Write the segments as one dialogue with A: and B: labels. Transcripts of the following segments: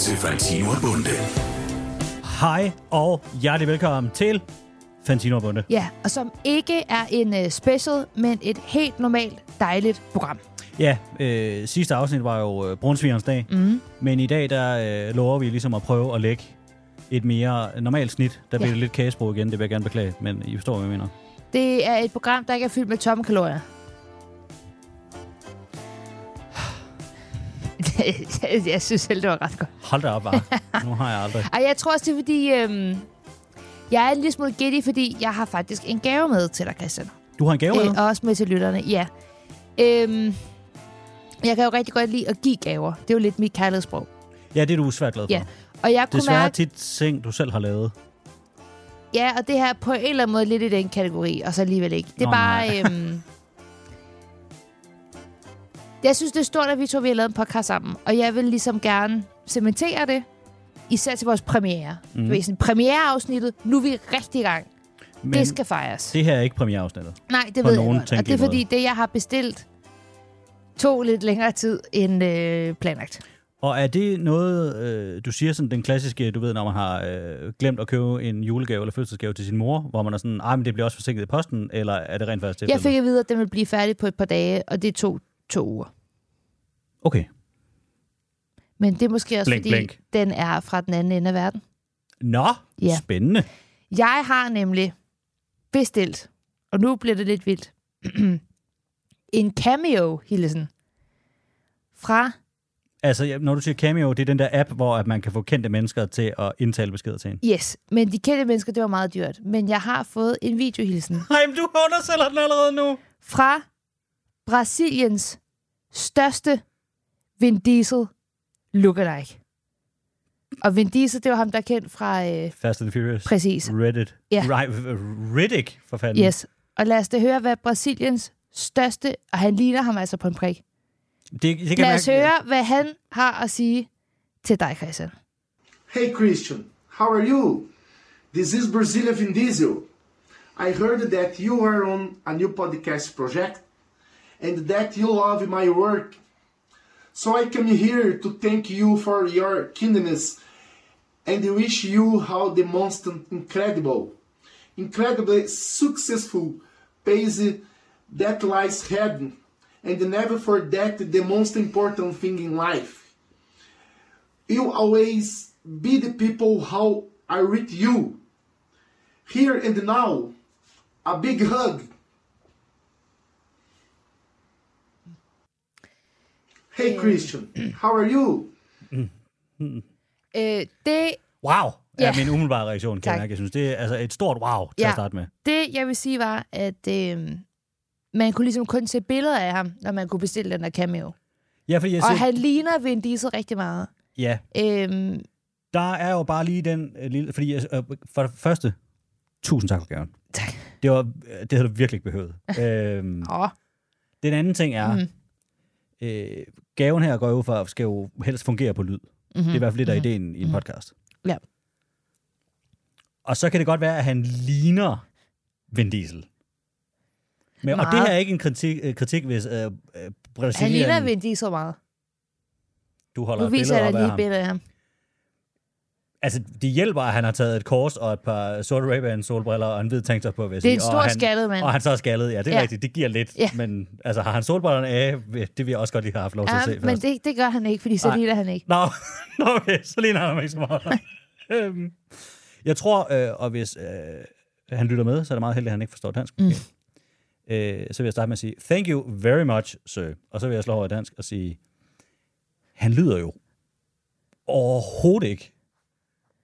A: Fantino Bunde.
B: Hej og hjertelig velkommen til Fantino og Bunde.
C: Ja, og som ikke er en øh, special, men et helt normalt, dejligt program.
B: Ja, øh, sidste afsnit var jo øh, Brunsvigerens dag,
C: Mhm.
B: mm. men i dag der øh, lover vi ligesom at prøve at lægge et mere normalt snit. Der bliver
C: Ja.
B: det lidt kagesprog igen, det vil jeg gerne beklage, men I forstår, hvad jeg mener.
C: Det er et program, der ikke er fyldt med tomme kalorier. jeg synes selv, det var ret godt.
B: Hold da op, bare. nu har jeg aldrig.
C: Ej, jeg tror også, det er fordi... Øhm, jeg er en lille smule giddy, fordi jeg har faktisk en gave med til dig, Christian.
B: Du har en gave med?
C: Øh, og også med til lytterne, ja. Øhm, jeg kan jo rigtig godt lide at give gaver. Det er jo lidt mit kærlighedssprog.
B: Ja, det er du svært glad for.
C: Ja. Og jeg kunne
B: Desværre
C: mærke,
B: tit ting, du selv har lavet.
C: ja, og det her er på en eller anden måde lidt i den kategori, og så alligevel ikke. Det er
B: Nå,
C: bare...
B: nej.
C: Øhm, jeg synes, det er stort, at vi to vi har lavet en podcast sammen, og jeg vil ligesom gerne cementere det, især til vores premiere.
B: Mhm.
C: Mm. Du ved, sådan premiereafsnittet, nu er vi rigtig i gang.
B: Men
C: det skal fejres.
B: det her er ikke premiereafsnittet.
C: Nej, det
B: på
C: ved jeg
B: nogen
C: godt. Og det er
B: tænkelige
C: fordi, det jeg har bestilt, tog lidt længere tid end øh, planlagt.
B: Og er det noget, øh, du siger sådan den klassiske, du ved, når man har øh, glemt at købe en julegave eller fødselsdagsgave til sin mor, hvor man er sådan, ej, men det bliver også forsinket i posten, eller er det rent faktisk det?
C: Jeg fik at vide, at den ville blive færdig på et par dage, og det tog to uger.
B: Okay,
C: Men det er måske også,
B: Blink,
C: fordi
B: blink.
C: den er fra den anden ende af verden.
B: Nå, ja.
C: Ja.
B: spændende.
C: Jeg har nemlig bestilt, og nu bliver det lidt vildt, en cameo-hilsen fra...
B: Altså, ja, når du siger Cameo, det er den der app, hvor at man kan få kendte mennesker til at indtale beskeder til en.
C: Yes, men de kendte mennesker, det var meget dyrt. Men jeg har fået en videohilsen
B: Nej, men du undersælger den allerede nu.
C: fra Brasiliens største Vin Diesel lookalike. Og Vin Diesel, det var ham, der er kendt fra... Øh,
B: Fast and Furious.
C: præcis.
B: Reddit.
C: Ja.
B: Ri- Riddick, for fanden.
C: Yes. Og lad os da høre, hvad Brasiliens største... Og han ligner ham altså på en prik.
B: Det, det kan
C: Lad
B: jeg
C: os
B: mærke-
C: høre, hvad han har at sige til dig, Christian.
D: Hey Christian, how are you? This is Brasilia Vin Diesel. I heard that you are on a new podcast project and that you love my work. So I come here to thank you for your kindness and wish you all the most incredible, incredibly successful pace that lies ahead and never forget the most important thing in life you always be the people how I read you. Here and now, a big hug. Hey Christian, how are you?
C: Øh, det,
B: Wow, ja.
C: Ja.
B: er min umiddelbare reaktion, kan
C: Tak.
B: jeg mærke. Jeg synes, det er altså et stort wow til ja.
C: Ja.
B: at starte med.
C: det, jeg vil sige, var, at øh, man kunne ligesom kun se billeder af ham, når man kunne bestille den der cameo.
B: Ja, fordi jeg
C: Og
B: siger,
C: han ligner Vin Diesel rigtig meget.
B: ja,
C: Øh,
B: der er jo bare lige den øh, lille... Fordi jeg, øh, for det første, tusind tak for gaven.
C: tak.
B: Det, var, øh, det havde du virkelig ikke behøvet. øhm,
C: Åh,
B: den anden ting er,
C: Mhm.
B: mm. øh, gaven her går jo for, skal jo helst fungere på lyd. Mm-hmm. Det er i hvert fald det, der er ideen i en podcast.
C: Mhm. ja.
B: Og så kan det godt være, at han ligner Vin Diesel. Men, og det
C: Meget.
B: her er ikke en kritik, øh, kritik hvis øh, øh,
C: Han ligner
B: Brasilien,
C: Vin Diesel meget.
B: du holder
C: Nu
B: et
C: viser
B: billede
C: jeg
B: op af
C: dig lige et
B: ham.
C: billede af ham.
B: Altså, det hjælper, at han har taget et kors og et par sorte ray solbriller og en hvid tanktop på, vil jeg
C: Det er en
B: sige.
C: stor
B: og han,
C: skaldet mand.
B: Og han så er skaldet, ja, det er ja.
C: Ja.
B: rigtigt. Det giver lidt, ja.
C: Ja.
B: men altså, har han solbrillerne af, det vil jeg også godt lige have haft lov til at se
C: Ja, men
B: først.
C: det, det gør han ikke, fordi så
B: Nej.
C: ligner han ikke.
B: Nå, nå, okay, så ligner han ham ikke så meget. Øhm, jeg tror, øh, og hvis øh, han lytter med, så er det meget heldigt, at han ikke forstår dansk.
C: Mm.
B: Okay. Øh, så vil jeg starte med at sige, thank you very much, sir. Og så vil jeg slå over i dansk og sige, han lyder jo overhovedet ikke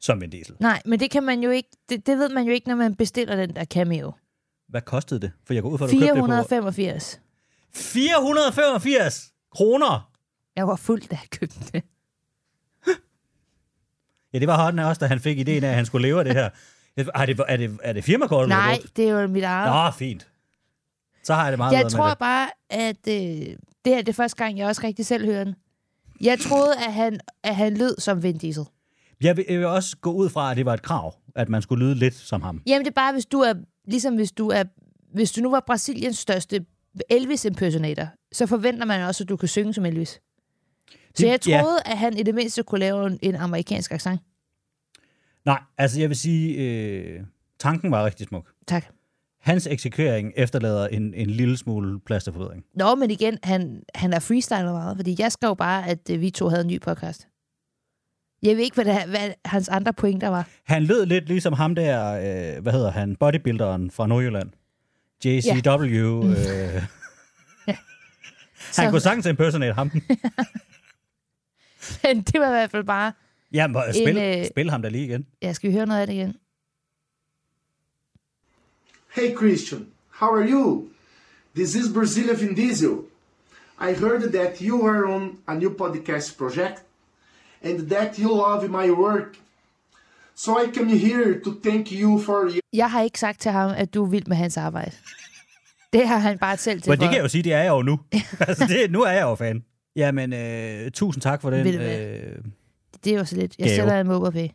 B: som en diesel.
C: Nej, men det kan man jo ikke, det, det ved man jo ikke, når man bestiller den der cameo.
B: Hvad kostede det? For jeg går ud fra, at du købte det på...
C: 485.
B: 485 kroner!
C: Jeg var fuld, da jeg købte det.
B: Ja, det var hånden af os, da han fik ideen af, at han skulle leve af det her. Er det, er det, er det firmakortet, du har
C: Nej,
B: brugt?
C: det er jo mit eget.
B: Nå, fint. Så har jeg det meget bedre
C: jeg
B: med
C: tror
B: det.
C: bare, at øh, det her det er første gang, jeg også rigtig selv hører den. Jeg troede, at han, at han lød som Vin Diesel.
B: Jeg vil, jeg vil også gå ud fra, at det var et krav, at man skulle lyde lidt som ham.
C: Jamen, det er bare, hvis du er, ligesom hvis du er, hvis du nu var Brasiliens største Elvis impersonator, så forventer man også, at du kan synge som Elvis. Så jeg
B: ja.
C: troede, at han i det mindste kunne lave en, en amerikansk accent.
B: Nej, altså jeg vil sige, øh, tanken var rigtig smuk.
C: Tak.
B: Hans eksekvering efterlader en, en lille smule plasterforbedring.
C: Nå, men igen, han, han er freestyler meget, fordi jeg skrev bare, at øh, vi to havde en ny podcast. Jeg ved ikke, hvad, det, hvad hans andre pointer var.
B: Han lød lidt ligesom ham der, øh, hvad hedder han, bodybuilderen fra Nordjylland. JCW. Ja. Øh,
C: Så,
B: han kunne sagtens impersonate ham.
C: men det var i hvert fald bare...
B: Ja, må- spil,
C: øh,
B: spil ham da lige igen.
C: Ja, skal vi høre noget af det igen?
D: Hey Christian, how are you? This is Brasilia Vin Diesel. I heard that you are on a new podcast project and that you love my work. So I came here to thank you for your
C: Jeg har ikke sagt til ham, at du er vild med hans arbejde. Det har han bare selv til
B: Men det kan jeg jo sige, det er jeg jo nu. altså, det, nu er jeg jo fan. Jamen, øh, tusind tak for den.
C: Ved du hvad?
B: Øh,
C: Det er jo så lidt. Jeg
B: Gave.
C: sætter en MobilePay.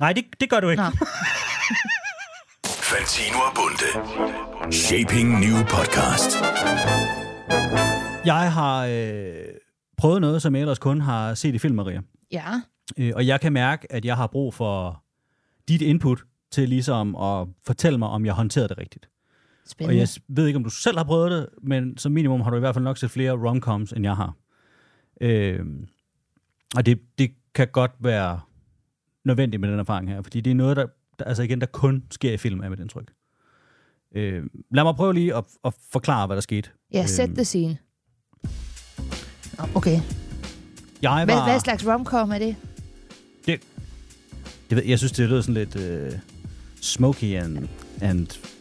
B: nej, det, det gør du ikke.
C: Nå.
A: Fantino og Bunde. Shaping New Podcast.
B: Jeg har øh, prøvet noget, som jeg ellers kun har set i film, Maria.
C: Ja.
B: Øh, og jeg kan mærke, at jeg har brug for dit input til ligesom at fortælle mig, om jeg håndterede det rigtigt. Og
C: Spændende.
B: jeg s- ved ikke, om du selv har prøvet det, men som minimum har du i hvert fald nok set flere romcoms, end jeg har. Øh, og det, det kan godt være nødvendigt med den erfaring her, fordi det er noget, der, der altså igen, der kun sker i film, er mit indtryk. Øh, lad mig prøve lige at, at forklare, hvad der skete.
C: Ja, sæt
B: Øhm,
C: det scene. Nå, Okay.
B: Jeg
C: Hvad,
B: var...
C: hvad slags romcom er det?
B: Det, det ved, jeg synes, det lyder sådan lidt øh, smoky and, and...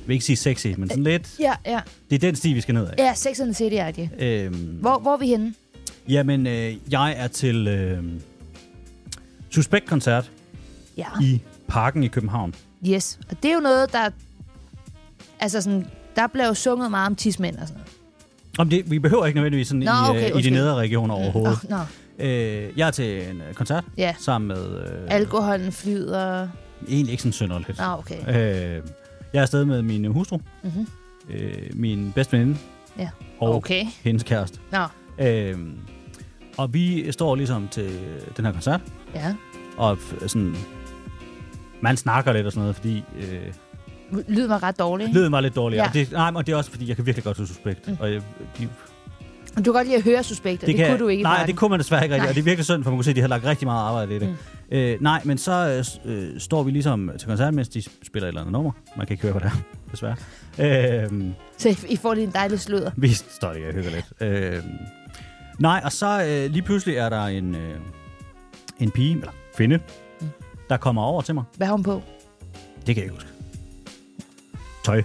B: Jeg vil ikke sige sexy, men sådan lidt...
C: Ja, ja.
B: Det er den sti, vi skal ned af.
C: Ja, Sex and the City er det.
B: Øhm,
C: Hvor, hvor er vi henne?
B: jamen, øh, jeg er til øh, Suspekt-koncert
C: Ja.
B: i Parken i København.
C: Yes. Og det er jo noget, der... Altså sådan, der bliver jo sunget meget om tismænd og sådan noget.
B: Om det, vi behøver ikke nødvendigvis sådan
C: Nå,
B: i,
C: okay,
B: i de
C: undskyld.
B: nedre regioner overhovedet.
C: Oh, no.
B: Øh, jeg er til en øh, koncert
C: Ja.
B: sammen med... Øh,
C: Alkoholen flyder...
B: egentlig ikke sådan synderligt.
C: Nå, okay.
B: Øh, jeg er afsted med min hustru,
C: Mhm.
B: øh, min bedste veninde
C: Ja.
B: og
C: Okay.
B: hendes kæreste.
C: Nå,
B: Øhm, og vi står ligesom til den her koncert,
C: ja.
B: og f- sådan, man snakker lidt og sådan noget, fordi øh,
C: Lyden var ret dårlig. ikke?
B: lyden var lidt dårlig.
C: Ja.
B: Ja. Og, det, nej, men det er også, fordi jeg kan virkelig godt huske suspekt. Mm. Og jeg, de,
C: Du kan godt lide at høre suspekter. Det, det
B: kan,
C: kunne du ikke i
B: Nej,
C: Parken.
B: det kunne man desværre ikke rigtigt,
C: Nej.
B: og det er virkelig synd, for man kunne se, at de havde lagt rigtig meget arbejde i det. Mm. Øh, nej, men så øh, s- øh, står vi ligesom til koncert, mens de spiller et eller andet nummer. Man kan ikke høre, hvad det er, desværre. Øh,
C: Så I- I får lige en dejlig sludder.
B: vi står lige og hygger lidt. Øh, nej, og så øh, lige pludselig er der en, øh, en pige, eller kvinde,
C: Mm.
B: der kommer over til mig.
C: Hvad har hun på?
B: Det kan jeg ikke huske. Tøj.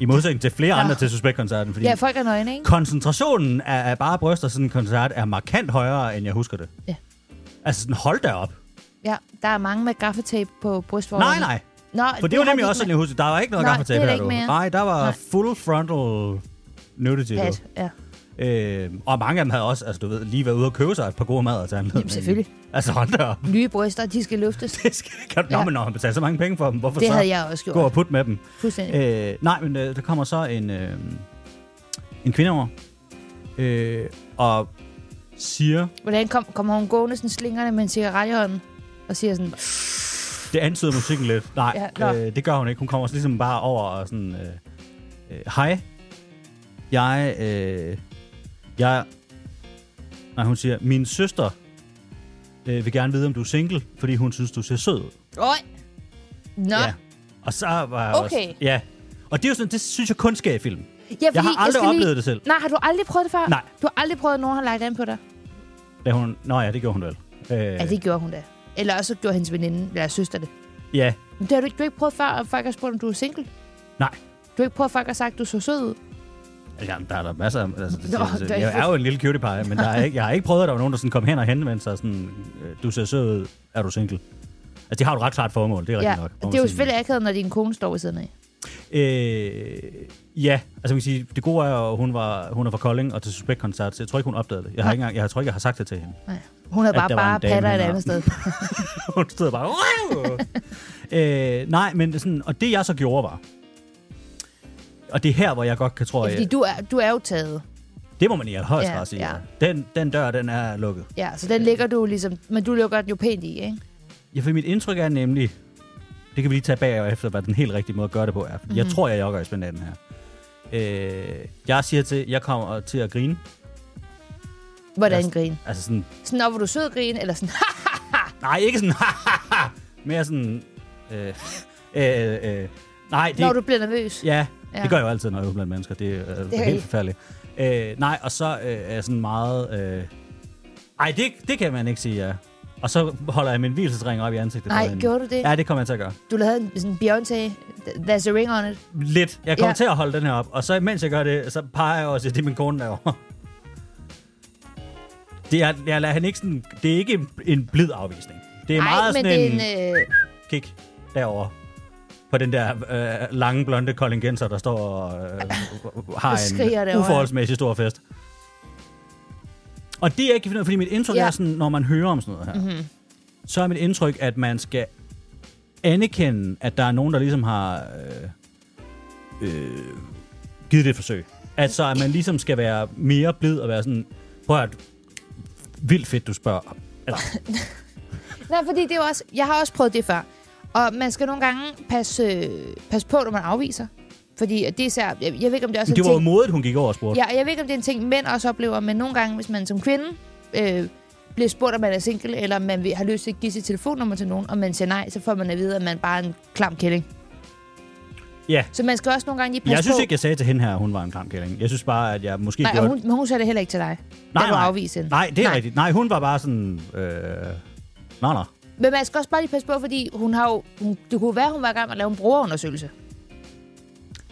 B: I modsætning til flere
C: Nå.
B: andre til Suspekt-koncerten, fordi
C: Ja,
B: ja,
C: folk er nøgne, ikke?
B: koncentrationen af, af bare bryster sådan en koncert er markant højere, end jeg husker det.
C: Ja.
B: Altså sådan, hold da op.
C: Ja, der er mange med gaffetape på brystvorene.
B: Nej, nej.
C: Nå,
B: For det, var
C: har
B: nemlig
C: de
B: også sådan,
C: ikke
B: jeg husker. Der var ikke noget
C: Nej,
B: gaffetape
C: det er
B: her,
C: der
B: du.
C: ikke mere.
B: Nej, der var
C: Nej.
B: full frontal nudity.
C: med
B: du.
C: pat. Ja.
B: Øh, og mange af dem havde også, altså du ved, lige været ude og købe sig et par gode mader til anledningen.
C: Jamen, selvfølgelig.
B: Altså hold da op.
C: Nye bryster, de skal løftes.
B: Det skal, kan du, ja.
C: Ja.
B: Nå, men når han betalte så mange penge for dem, hvorfor
C: Det
B: så
C: havde jeg også gjort.
B: gå og putte med dem?
C: Fuldstændig.
B: Øh, nej, men øh, der kommer så en, øh, en kvinde over, øh, og siger,
C: Hvordan kom, kommer hun gående sådan slingerne med en cigaret i hånden? Og siger sådan,
B: det antyder musikken lidt. Nej,
C: Ja,
B: ja,
C: nå.
B: øh, det gør hun ikke. Hun kommer også ligesom bare over og sådan, øh, øh, hej, jeg, øh, jeg, nej, hun siger, min søster øh, vil gerne vide, om du er single, fordi hun synes, du ser sød ud.
C: Øj! Nå.
B: Ja. Og så var jeg
C: Okay.
B: også, ja. Og det er jo sådan, det synes jeg kun sker i film.
C: fordi
B: Jeg har aldrig
C: skal
B: oplevet det selv.
C: Nej, har du aldrig prøvet det før?
B: Nej.
C: Du har aldrig prøvet, at nogen har lagt an på dig?
B: Da hun, nå ja, det gjorde hun vel. Øh,
C: Ja, det gjorde hun da. Eller også gjorde hendes veninde, eller søster det.
B: Ja,
C: Men det har du ikke, du har ikke prøvet før, at folk har spurgt, om du er single.
B: nej.
C: Du har ikke prøvet, at folk har sagt, at du så sød ud.
B: Jamen, der er der masser af... Altså, det,
C: Nå,
B: Nå, det,
C: der er
B: jeg er jo en lille cutie pie, men der er ikke, jeg har ikke prøvet, at der var nogen, der sådan kom hen og henvendte sig sådan, øh, du ser sød ud, er du single? Altså, de har jo et ret klart formål, det er rigtigt
C: Ja,
B: nok.
C: og
B: må
C: det er jo
B: man
C: selvfølgelig akavet, når din kone står ved siden af.
B: sige. Øh, ja, altså man kan sige, det gode er jo, at hun, var, hun er fra Kolding og til Suspekt-koncert, så jeg tror ikke, hun opdagede det. Jeg, har ikke engang, jeg tror ikke, jeg har sagt det til hende.
C: Nej. Hun havde
B: At
C: bare,
B: der var en
C: bare
B: dame
C: patter et
B: henover.
C: andet sted.
B: hun stod bare... "Wow!" øh, nej, men sådan, og det jeg så gjorde var... Og det er her, hvor jeg godt kan tro,
C: Ja,
B: at...
C: fordi du er, du er jo taget.
B: Det må man i allerhøjeste
C: Ja,
B: grad sige.
C: ja.
B: Ja. Den, den dør, den er lukket.
C: Ja, så den ligger du ligesom... Men du lukker den jo pænt i, ikke?
B: Ja, for mit indtryk er nemlig, det kan vi lige tage bag og efter, hvad den helt rigtige måde at gøre det på er. Mm-hmm.
C: Mhm.
B: Jeg tror, jeg jogger i spinaten her. Øh, jeg siger til, jeg kommer til at grine.
C: Hvordan
B: Jeg-
C: grin?
B: Altså sådan,
C: Sådan, op, hvor du sød grin, eller sådan...
B: nej, ikke sådan, mere sådan, øh, øh, øh, nej, det,
C: Når du bliver nervøs.
B: ja,
C: Ja.
B: ja, det gør jeg jo altid, når jeg er ude blandt mennesker. Det er, øh, det er
C: rigtigt.
B: helt forfærdeligt. Øh, nej, og så øh, er jeg sådan meget, øh, ej, det, det kan man ikke sige, ja. Og så holder jeg min hvilesesring op i ansigtet.
C: Nej,
B: på hende.
C: gjorde du det?
B: Ja, det kommer jeg til at gøre.
C: Du lavede en sådan Beyoncé, there's a ring on it.
B: Lidt. Jeg kommer
C: Ja.
B: ja. til at holde den her op. Og så mens jeg gør det, så peger jeg også, at det er min kone derovre. Det er, jeg lader han ikke sådan, det er ikke en, en blid afvisning. Det er
C: Ej,
B: meget
C: men
B: sådan
C: det
B: en, en
C: er en... Øh,
B: kick derovre. På den der øh, lange, blonde Colin Genser, der står og øh, har
C: skriger
B: en
C: derovre.
B: uforholdsmæssig stor fest. Og det er jeg ikke kan finde ud af, fordi mit indtryk
C: Ja.
B: ja. er sådan, når man hører om sådan noget her, mm-hmm. så er mit indtryk, at man skal anerkende, at der er nogen, der ligesom har øh, øh, givet det et forsøg. Altså, at man ligesom skal være mere blid og være sådan, prøv at vildt fedt, du spørger. Eller,
C: Nej, fordi det er jo også... Jeg har også prøvet det før. Og man skal nogle gange passe, øh, passe på, når man afviser. Fordi at det er især... Jeg, jeg ved ikke, om det også er
B: det var
C: en
B: jo
C: ting...
B: modigt, hun gik over og spurgte.
C: Ja, og jeg ved ikke, om det er en ting, mænd også oplever, men nogle gange, hvis man som kvinde øh, bliver spurgt, om man er single, eller om man vil, har lyst til at give sit telefonnummer til nogen, og man siger nej, så får man at vide, at man bare er en klam kælling.
B: ja.
C: Så man skal også nogle gange lige passe
B: Jeg synes
C: på.
B: ikke, jeg sagde til hende her, at hun var en klam kælling. Jeg synes bare, at jeg måske
C: nej,
B: gjorde...
C: og hun, men hun sagde det heller ikke til dig, da
B: nej,
C: du
B: nej.
C: afviste hende.
B: nej, det er rigtigt. Nej, hun var bare sådan... Øh... Nå, nå.
C: Men man skal også bare lige passe på, fordi hun har jo, hun, det kunne være, hun var i gang med at lave en brugerundersøgelse.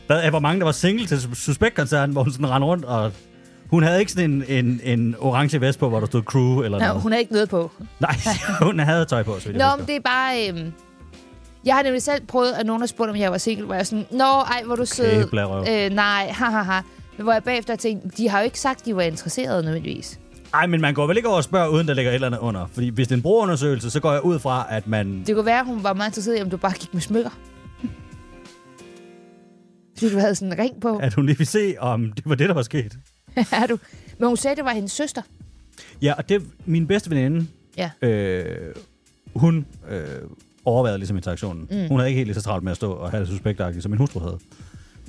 B: Hvad, er, hvor mange, der var single til sus- Suspekt-koncerten, hvor hun sådan rendte rundt, og hun havde ikke sådan en, en, en orange vest på, hvor der stod crew eller
C: Nå,
B: noget.
C: hun har ikke noget på.
B: Nej, hun havde tøj på, så vidt jeg
C: Nå,
B: husker.
C: men det er bare... Øhm, jeg har nemlig selv prøvet, at nogen har spurgt, om jeg var single, hvor jeg er sådan, Nå, ej, hvor er du sød.
B: blærerøv.
C: øh, nej, hahaha. Men hvor jeg bagefter tænkte, de har jo ikke sagt, de var interesserede nødvendigvis.
B: Ej, men man går vel ikke over og spørger, uden der ligger et eller andet under. Fordi hvis det er en brugerundersøgelse, så går jeg ud fra, at man...
C: Det kunne være, at hun var meget interesseret i, om du bare gik med smykker. Fordi du havde sådan en ring på.
B: At hun lige vil se, om det var det, der var sket.
C: er du? Men hun sagde, det var hendes søster.
B: Ja, og det... Min bedste veninde,
C: Ja.
B: øh, hun øh, overvejede ligesom interaktionen. Mm. Hun havde ikke helt lige så travlt med at stå og have det suspektagtigt, som min hustru havde.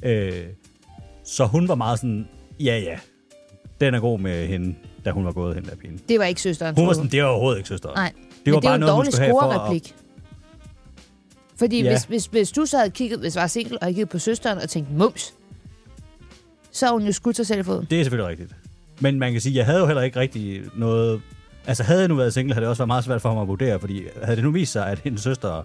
B: Øh, så hun var meget sådan, ja ja, den er god med hende, da hun var gået hen der pigen.
C: Det var ikke søsteren.
B: Hun
C: tror
B: var
C: du?
B: sådan, det var overhovedet ikke søster.
C: Nej.
B: Det var
C: men det er
B: bare
C: jo en
B: noget, hun
C: dårlig
B: skulle have for at-
C: scorereplik. Fordi ja.
B: Ja.
C: hvis, hvis, hvis du så havde kigget, hvis jeg var single, og havde kigget på søsteren og tænkt, mums, så har hun jo skudt sig selv i foden.
B: Det er selvfølgelig rigtigt. Men man kan sige, jeg havde jo heller ikke rigtig noget... Altså havde jeg nu været single, havde det også været meget svært for mig at vurdere, fordi havde det nu vist sig, at hendes søster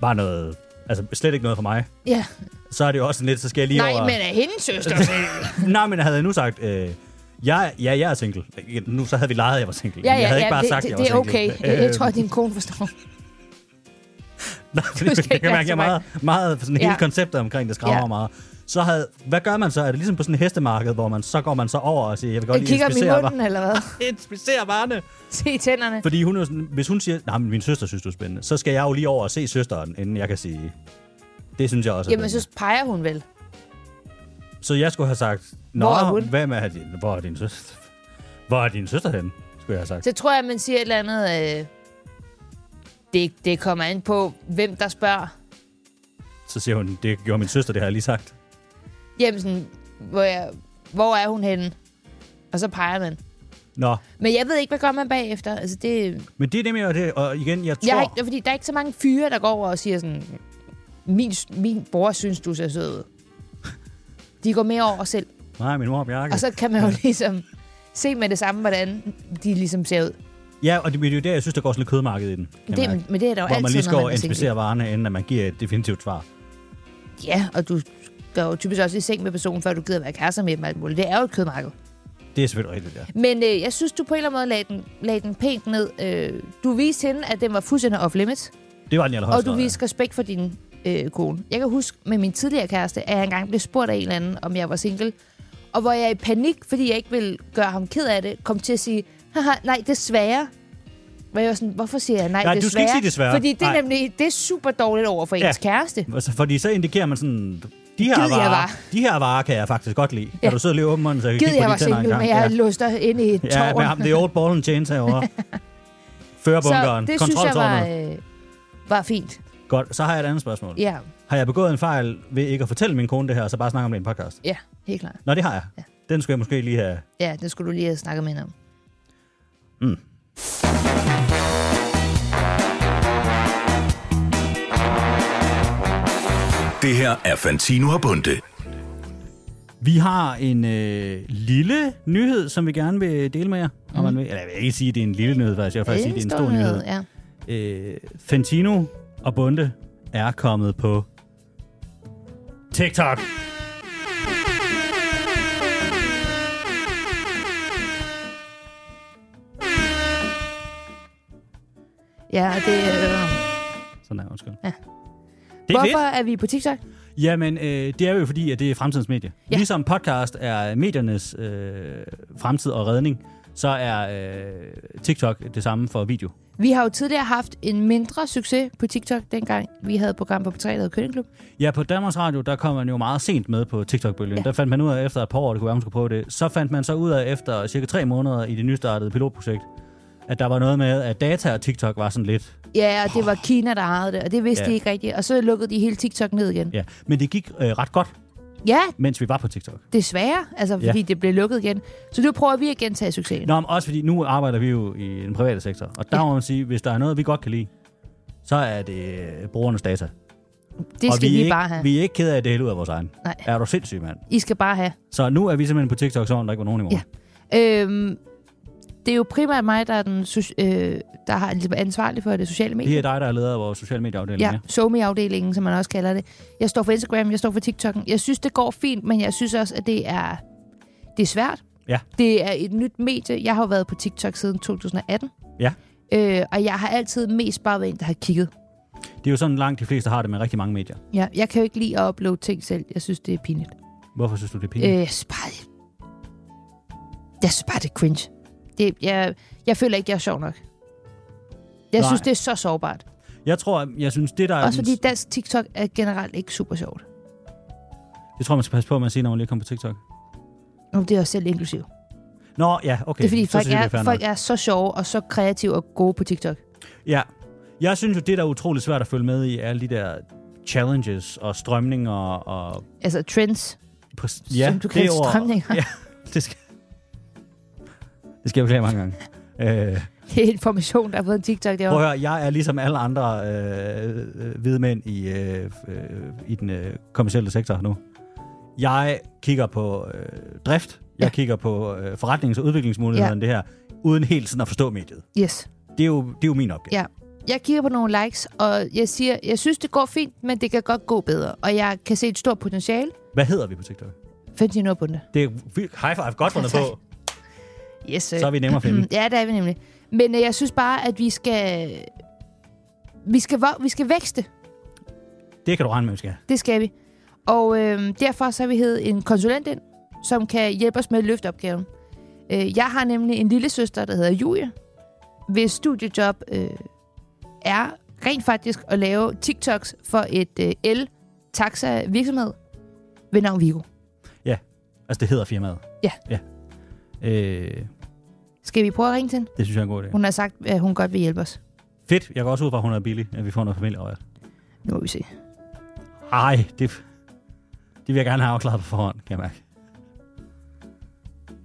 B: var noget... Altså slet ikke noget for mig,
C: Ja.
B: så er det jo også sådan lidt, så skal jeg lige
C: Nej,
B: over...
C: men er hendes søster single?
B: Nej, men havde jeg nu sagt, øh, jeg, ja, jeg er single. Nu så havde vi leget, at jeg var single.
C: Ja, ja,
B: jeg havde
C: ja,
B: ikke bare
C: det,
B: sagt,
C: det,
B: jeg
C: det er
B: var
C: okay.
B: single. Øh,
C: Jeg, jeg tror, at din kone forstår.
B: Nej,
C: ikke
B: det, jeg kan
C: være
B: mærke, jeg
C: så
B: er meget, meget sådan, hele
C: Ja.
B: konceptet omkring det skræmmer
C: Ja.
B: ja. meget. Så havde, hvad gør man så? Er det ligesom på sådan et hestemarked, hvor man så går man så over og siger, jeg vil godt
C: Jeg
B: lige
C: kigger dem i
B: inspicere,
C: munden, eller hvad?
B: var- inspicere varerne.
C: Se i tænderne.
B: Fordi hun er jo sådan, hvis hun siger, nej, men min søster synes, du er spændende, så skal jeg jo lige over og se søsteren, inden jeg kan sige, det synes jeg også er
C: Jamen,
B: spændende.
C: så peger hun vel.
B: Så jeg skulle have sagt, Nå,
C: Hvor er hun?"
B: hvem er din, hvor er din søster? Hvor er din søster henne? Skulle jeg have sagt.
C: Så tror jeg, man siger et eller andet... Øh, det, det kommer an på, hvem der spørger.
B: Så siger hun, det gjorde min søster, det har jeg lige sagt.
C: Jamen, sådan, hvor, jeg, hvor er hun henne? Og så peger man.
B: Nå,
C: Men jeg ved ikke, hvad gør man bagefter. Altså, det,
B: men det er nemlig jo det, og igen, jeg tror...
C: jeg har ikke, fordi der er ikke så mange fyre, der går over og siger sådan, min, min bror synes, du ser sød ud. De går mere over selv.
B: Nej, min mor og Bjarke.
C: Og så kan man jo ligesom se med det samme, hvordan de ligesom ser ud.
B: Ja, og det, men det er jo der, jeg synes, der går sådan lidt kødmarked i den. kan jeg
C: Det,
B: mærke.
C: men det er der jo
B: Hvor
C: altid,
B: man lige skal
C: når
B: over
C: man
B: og
C: er single.
B: inspicere varerne, inden at man giver et definitivt svar.
C: Ja, og du går jo typisk også i seng med personen, før du gider være kærester med dem. og alt muligt. Det er jo et kødmarked.
B: Det er selvfølgelig rigtigt, ja.
C: Men øh, jeg synes, du på en eller anden måde lagde den, lagde den pænt ned. Øh, du viste hende, at den var fuldstændig off-limits.
B: Det var den i
C: Og
B: allerhøjeste
C: du
B: grad, ja.
C: viste respekt for din øh, kone. Jeg kan huske med min tidligere kæreste, at jeg engang blev spurgt af en eller anden, om jeg var single. Og hvor jeg i panik, fordi jeg ikke ville gøre ham ked af det, kom til at sige, haha, nej, desværre. Hvor jeg var sådan, hvorfor siger jeg nej,
B: Nej, du
C: desværre?
B: skal ikke sige desværre.
C: Fordi det er
B: Nej.
C: nemlig det er super dårligt over for ens
B: Ja.
C: kæreste.
B: Altså, fordi så indikerer man sådan, De her,
C: Gid, jeg
B: varer,
C: var.
B: de her varer kan jeg faktisk godt lide. Ja. Kan du sidde og lige åbne munden, så jeg kan
C: Gid,
B: kigge
C: jeg
B: på
C: var
B: de tænder en
C: single,
B: gang?
C: men jeg havde
B: ja.
C: låst dig ind i tårn.
B: ja, med ham, det er old ball and chains herovre. Førerbunkeren.
C: Så det synes jeg var,
B: Kontroltårnet.
C: øh, var fint.
B: Godt, så har jeg et andet spørgsmål.
C: Ja,
B: Har jeg begået en fejl ved ikke at fortælle min kone det her, og så bare snakke om det i en podcast?
C: ja, helt klart.
B: Nå, det har jeg.
C: Ja.
B: Den skulle jeg måske lige have...
C: Ja, det skulle du lige have snakket med hende om.
A: Det her er Fantino og Bunde.
B: Vi har en øh, lille nyhed, som vi gerne vil dele med jer. Mm. Om
C: Mhm.
B: man vil. Eller jeg vil ikke sige, at det er en lille nyhed, faktisk. Jeg vil faktisk sige, at det er en stor nyhed.
C: Ja.
B: øh, Fantino og Bunde er kommet på TikTok.
C: ja, og det øh,
B: Sådan der, undskyld.
C: Ja.
B: Det er fedt.
C: Hvorfor er vi på TikTok?
B: Jamen, øh, det er jo fordi, at det er fremtidens medie. Ja.
C: Ja.
B: Ligesom podcast er mediernes øh, fremtid og redning, så er øh, TikTok det samme for video.
C: Vi har jo tidligere haft en mindre succes på TikTok, dengang vi havde et program på P3, der hed Køllingklub.
B: Ja, på Danmarks Radio, der kom man jo meget sent med på TikTok-bølgen. Ja.
C: Ja.
B: Der fandt man ud af, efter et par år, det kunne være, man skulle prøve det. Så fandt man så ud af, efter cirka tre måneder i det nystartede pilotprojekt, at der var noget med, at data og TikTok var sådan lidt
C: Ja, og det var Kina, der ejede det, og det vidste
B: Ja.
C: ja. de ikke rigtigt. Og så lukkede de hele TikTok ned igen. Ja,
B: Ja, men det gik øh, ret godt,
C: ja
B: mens vi var på TikTok.
C: desværre, altså
B: Ja.
C: fordi det blev lukket igen. Så nu prøver vi at gentage succesen.
B: Nå, men også fordi nu arbejder vi jo i den private sektor, og der må man sige, hvis der er noget, vi godt kan lide, så er det øh, brugernes data.
C: det
B: og
C: skal
B: vi,
C: vi,
B: er ikke,
C: bare have.
B: vi er ikke ked af at dele ud af vores egen.
C: Nej.
B: Er du sindssyg, mand?
C: I skal bare have.
B: Så nu er vi simpelthen på TikTok, så der ikke var nogen i morgen.
C: Ja. Øhm, det er jo primært mig, der er, den, soci- øh, der har ligesom ansvarlig for det sociale medie.
B: Det er dig, der er leder af vores sociale medieafdeling.
C: Ja, SoMe-afdelingen, som man også kalder det. Jeg står for Instagram, jeg står for TikTok'en. Jeg synes, det går fint, men jeg synes også, at det er, det er svært.
B: Ja.
C: Det er et nyt medie. Jeg har jo været på TikTok siden 2018.
B: Ja.
C: Øh, og jeg har altid mest bare været en, der har kigget.
B: Det er jo sådan langt, de fleste har det med rigtig mange medier.
C: Ja, jeg kan jo ikke lide at uploade ting selv. Jeg synes, det er pinligt.
B: Mm. Hvorfor synes du, det er
C: Øh,
B: pinligt?
C: jeg synes bare, jeg synes bare, det er cringe. Det, jeg, jeg føler ikke, jeg er sjov nok.
B: Nej.
C: Jeg Nej. synes, det er så sårbart.
B: Jeg tror, at- jeg synes, det der er...
C: Også fordi
B: den-
C: dansk TikTok er generelt ikke super sjovt.
B: Det tror jeg, man skal passe på med at sige, når man lige kommer på TikTok.
C: Og det er også selv inklusiv.
B: Nå, ja, okay.
C: Det er fordi,
B: så
C: folk,
B: synes jeg, det
C: er,
B: fair nok.
C: folk er så sjove og så kreative og gode på TikTok.
B: Ja. Jeg synes jo, det der er utroligt svært at følge med i, er alle de der challenges og strømninger og...
C: Altså trends.
B: På,
C: Som du kaldte
B: det ord-
C: strømninger.
B: Ja, det skal, det skal jeg beklage mange gange. Øh,
C: Det er information, der har fået en TikTok
B: prøv
C: derovre.
B: at høre, jeg er ligesom alle andre øh, øh, hvide mænd i, øh, øh, i den øh, kommercielle sektor nu. Jeg kigger på øh, drift, jeg
C: Ja.
B: kigger på øh, forretnings- og udviklingsmuligheder ja.
C: Ja.
B: end det her, uden helt sådan at forstå mediet.
C: Yes.
B: Det er jo, det er jo min opgave.
C: Ja. Jeg kigger på nogle likes, og jeg siger, jeg synes, det går fint, men det kan godt gå bedre. Og jeg kan se et stort potentiale.
B: Hvad hedder vi på TikTok?
C: 15 år på det.
B: Det er vildt high five, godt fundet
C: Tak.
B: på.
C: Yes, sir.
B: Så er vi nemmere at finde.
C: Mm, Ja, det er vi nemlig. Men øh, jeg synes bare, at vi skal... Vi skal, vo- vi skal vækste.
B: Det kan du regne med, vi skal.
C: Det skal vi. Og øh, derfor så har vi hed en konsulent ind, som kan hjælpe os med at løfte opgaven. Øh, jeg har nemlig en lille søster, der hedder Julie, hvis studiejob øh, er rent faktisk at lave TikToks for et øh, el-taxa-virksomhed ved navn Vigo.
B: Altså, det hedder firmaet.
C: Ja.
B: ja. Øh,
C: Skal vi prøve at ringe til hende?
B: det synes jeg er en god idé.
C: Hun har sagt, at hun godt vil hjælpe os.
B: Fedt. Jeg går også ud fra, at hun er billig, at vi får noget familie over.
C: Nu må vi se.
B: Ej, det, det vil jeg gerne have afklaret på forhånd, kan jeg mærke.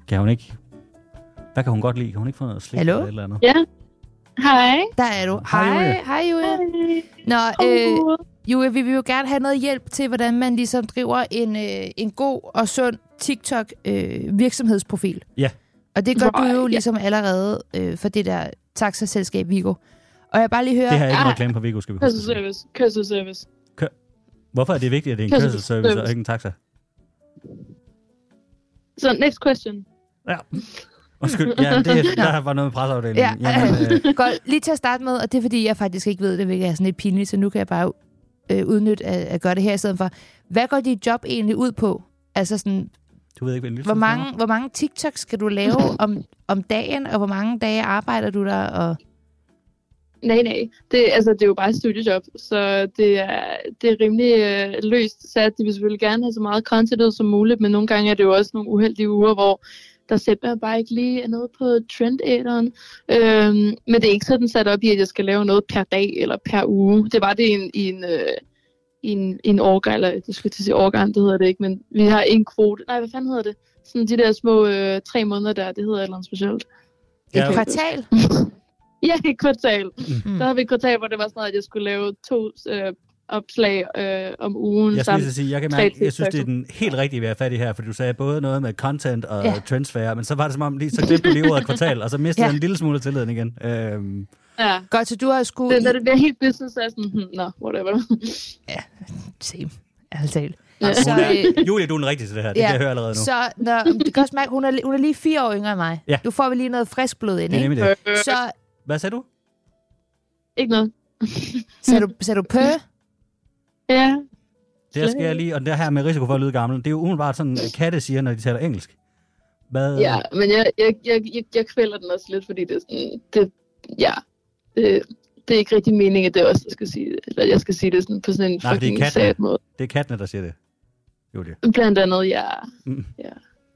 B: Kan hun ikke... Hvad kan hun godt lide? Kan hun ikke få noget slik
C: Hallo?
B: eller et eller andet?
E: Ja. Hej.
C: Der er du.
B: Hej, Julie.
C: Hej, hej Julie. Nå,
E: Oh,
C: øh, Julie, vi vil jo gerne have noget hjælp til, hvordan man ligesom driver en, øh, en god og sund TikTok-virksomhedsprofil.
B: Ja.
C: Og det gør
E: Hvor-
C: du jo
E: ja.
C: ligesom allerede øh, for det der taxaselskab Vigo. Og jeg vil bare lige høre,
B: Det har jeg ikke
E: Ah.
B: noget klemme på Viggo, skal vi huske. at sige.
E: Kørselsservice. Kørselsservice.
B: Hvorfor er det vigtigt, at det er en
E: Kørsel-
B: kørselsservice og ikke en taxa?
E: Så next question.
B: Ja. Undskyld, ja, det, der var noget med presseafdelingen.
C: Ja.
B: Jamen, øh,
C: godt, lige til at starte med, og det er fordi, jeg faktisk ikke ved det, hvilket er sådan lidt pinligt, så nu kan jeg bare øh, udnytte at, at gøre det her i stedet for. Hvad går dit job egentlig ud på? Altså sådan,
B: du ved ikke, hvad en lille
C: hvor mange, hvor mange TikToks skal du lave om, om dagen, og hvor mange dage arbejder du der? Og...
E: Nej, nej. Det, altså, det er jo bare et studiejob, så det er, det er rimelig øh, løst sat. De vil selvfølgelig gerne have så meget content ud som muligt, men nogle gange er det jo også nogle uheldige uger, hvor der simpelthen bare ikke lige er noget på trendæderen. Øhm, men det er ikke sådan sat op i, at jeg skal lave noget per dag eller per uge. Det var det i en, i en, øh, i en, i en årgang, eller det skulle jeg til at sige årgang, det hedder det ikke, men vi har en kvote. Nej, hvad fanden hedder det? Sådan de der små øh, tre måneder der, det hedder et eller andet specielt.
C: Et
B: Ja.
C: kvartal?
E: Ja, et kvartal.
B: Mm.
E: Mm. Der havde vi et kvartal, hvor det var sådan noget, at jeg skulle lave to øh, opslag øh, om ugen
B: Jeg skulle lige
E: sammen.
B: så sige, jeg, kan
E: Tre
B: mærke, jeg synes,
E: tidsfaktor.
B: det er den helt rigtige, vi er fat i her, for du sagde både noget med content og ja.
C: Ja.
B: transfer, men så var det som om, lige, så glemte du lige ordet kvartal, og så mistede
C: Ja.
B: jeg en lille smule af tilliden igen. Øhm,
E: Ja.
C: Godt, så du har
E: Det,
C: skulle...
E: når det bliver helt business, så er jeg sådan, hmm, nå, whatever.
C: Same, ærligt talt.
E: Ja.
C: Så,
B: hun
C: øh,
B: er, Julie, du er den rigtige til det her, det
C: ja.
B: kan jeg høre allerede nu.
C: så når, du kan også mærke, hun er, hun er lige fire år yngre end mig.
B: Ja.
C: Du får vi lige noget frisk blod ind,
B: Det er
C: ikke?
B: nemlig det.
C: Så
B: Hvad sagde du?
E: Ikke noget.
C: sagde du, sagde du pø?
E: Ja,
B: Det her skal jeg lige, og det her med risiko for at lyde gammel, det er jo umiddelbart sådan, at katte siger, når de taler engelsk. Hvad?
E: ja. men jeg, jeg, jeg, jeg, jeg kvælder den også lidt, fordi det er sådan, det, ja, det, det er ikke rigtig meningen, at det også skal sige, eller jeg skal sige det sådan på sådan en
B: Nej, fordi
E: fucking
B: katten-
E: sad måde.
B: Det er kattene, der siger det, Julie.
E: Blandt andet, ja.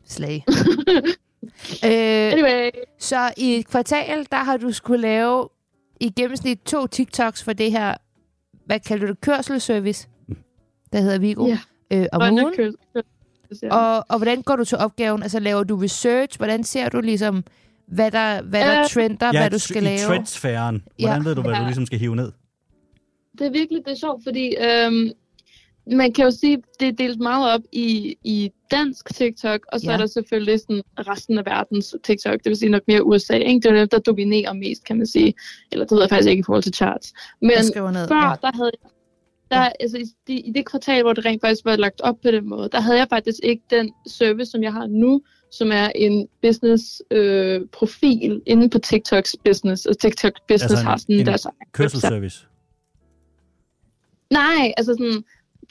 C: Slag. øh,
E: Anyway,
C: så i et kvartal, der har du skulle lave i gennemsnit to TikToks for det her, hvad kalder du det, kørselsservice,
B: Mm.
C: der hedder Vigo,
E: Ja.
C: øh, om
E: og
C: ugen.
E: ja.
C: Og, og hvordan går du til opgaven? Altså laver du research? Hvordan ser du ligesom, hvad der, hvad der
E: Øh,
C: trender, hvad du skal
B: i
C: lave?
B: trendsfæren. Hvordan
C: Ja.
B: ved du, hvad du
E: Ja.
B: ligesom skal hive ned?
E: det er virkelig det er sjovt, fordi øhm, man kan jo sige, det er delt meget op i, i dansk TikTok, og så
C: Ja.
E: ja. er der selvfølgelig sådan resten af verdens TikTok, det vil sige nok mere USA. Ikke? Det er jo dem, der dominerer mest, kan man sige. Eller det ved jeg faktisk ikke i forhold til charts. Men
C: Jeg skriver ned.
E: før,
C: Ja.
E: der havde jeg, der,
C: Ja.
E: altså, i, de, i det kvartal, hvor det rent faktisk var lagt op på den måde, der havde jeg faktisk ikke den service, som jeg har nu, som er en business-profil øh, profil inde på TikToks business. Og TikTok business
B: Altså en-
E: har sådan
B: en
E: deres egen website.
B: Kørselsservice.
E: Nej, altså sådan,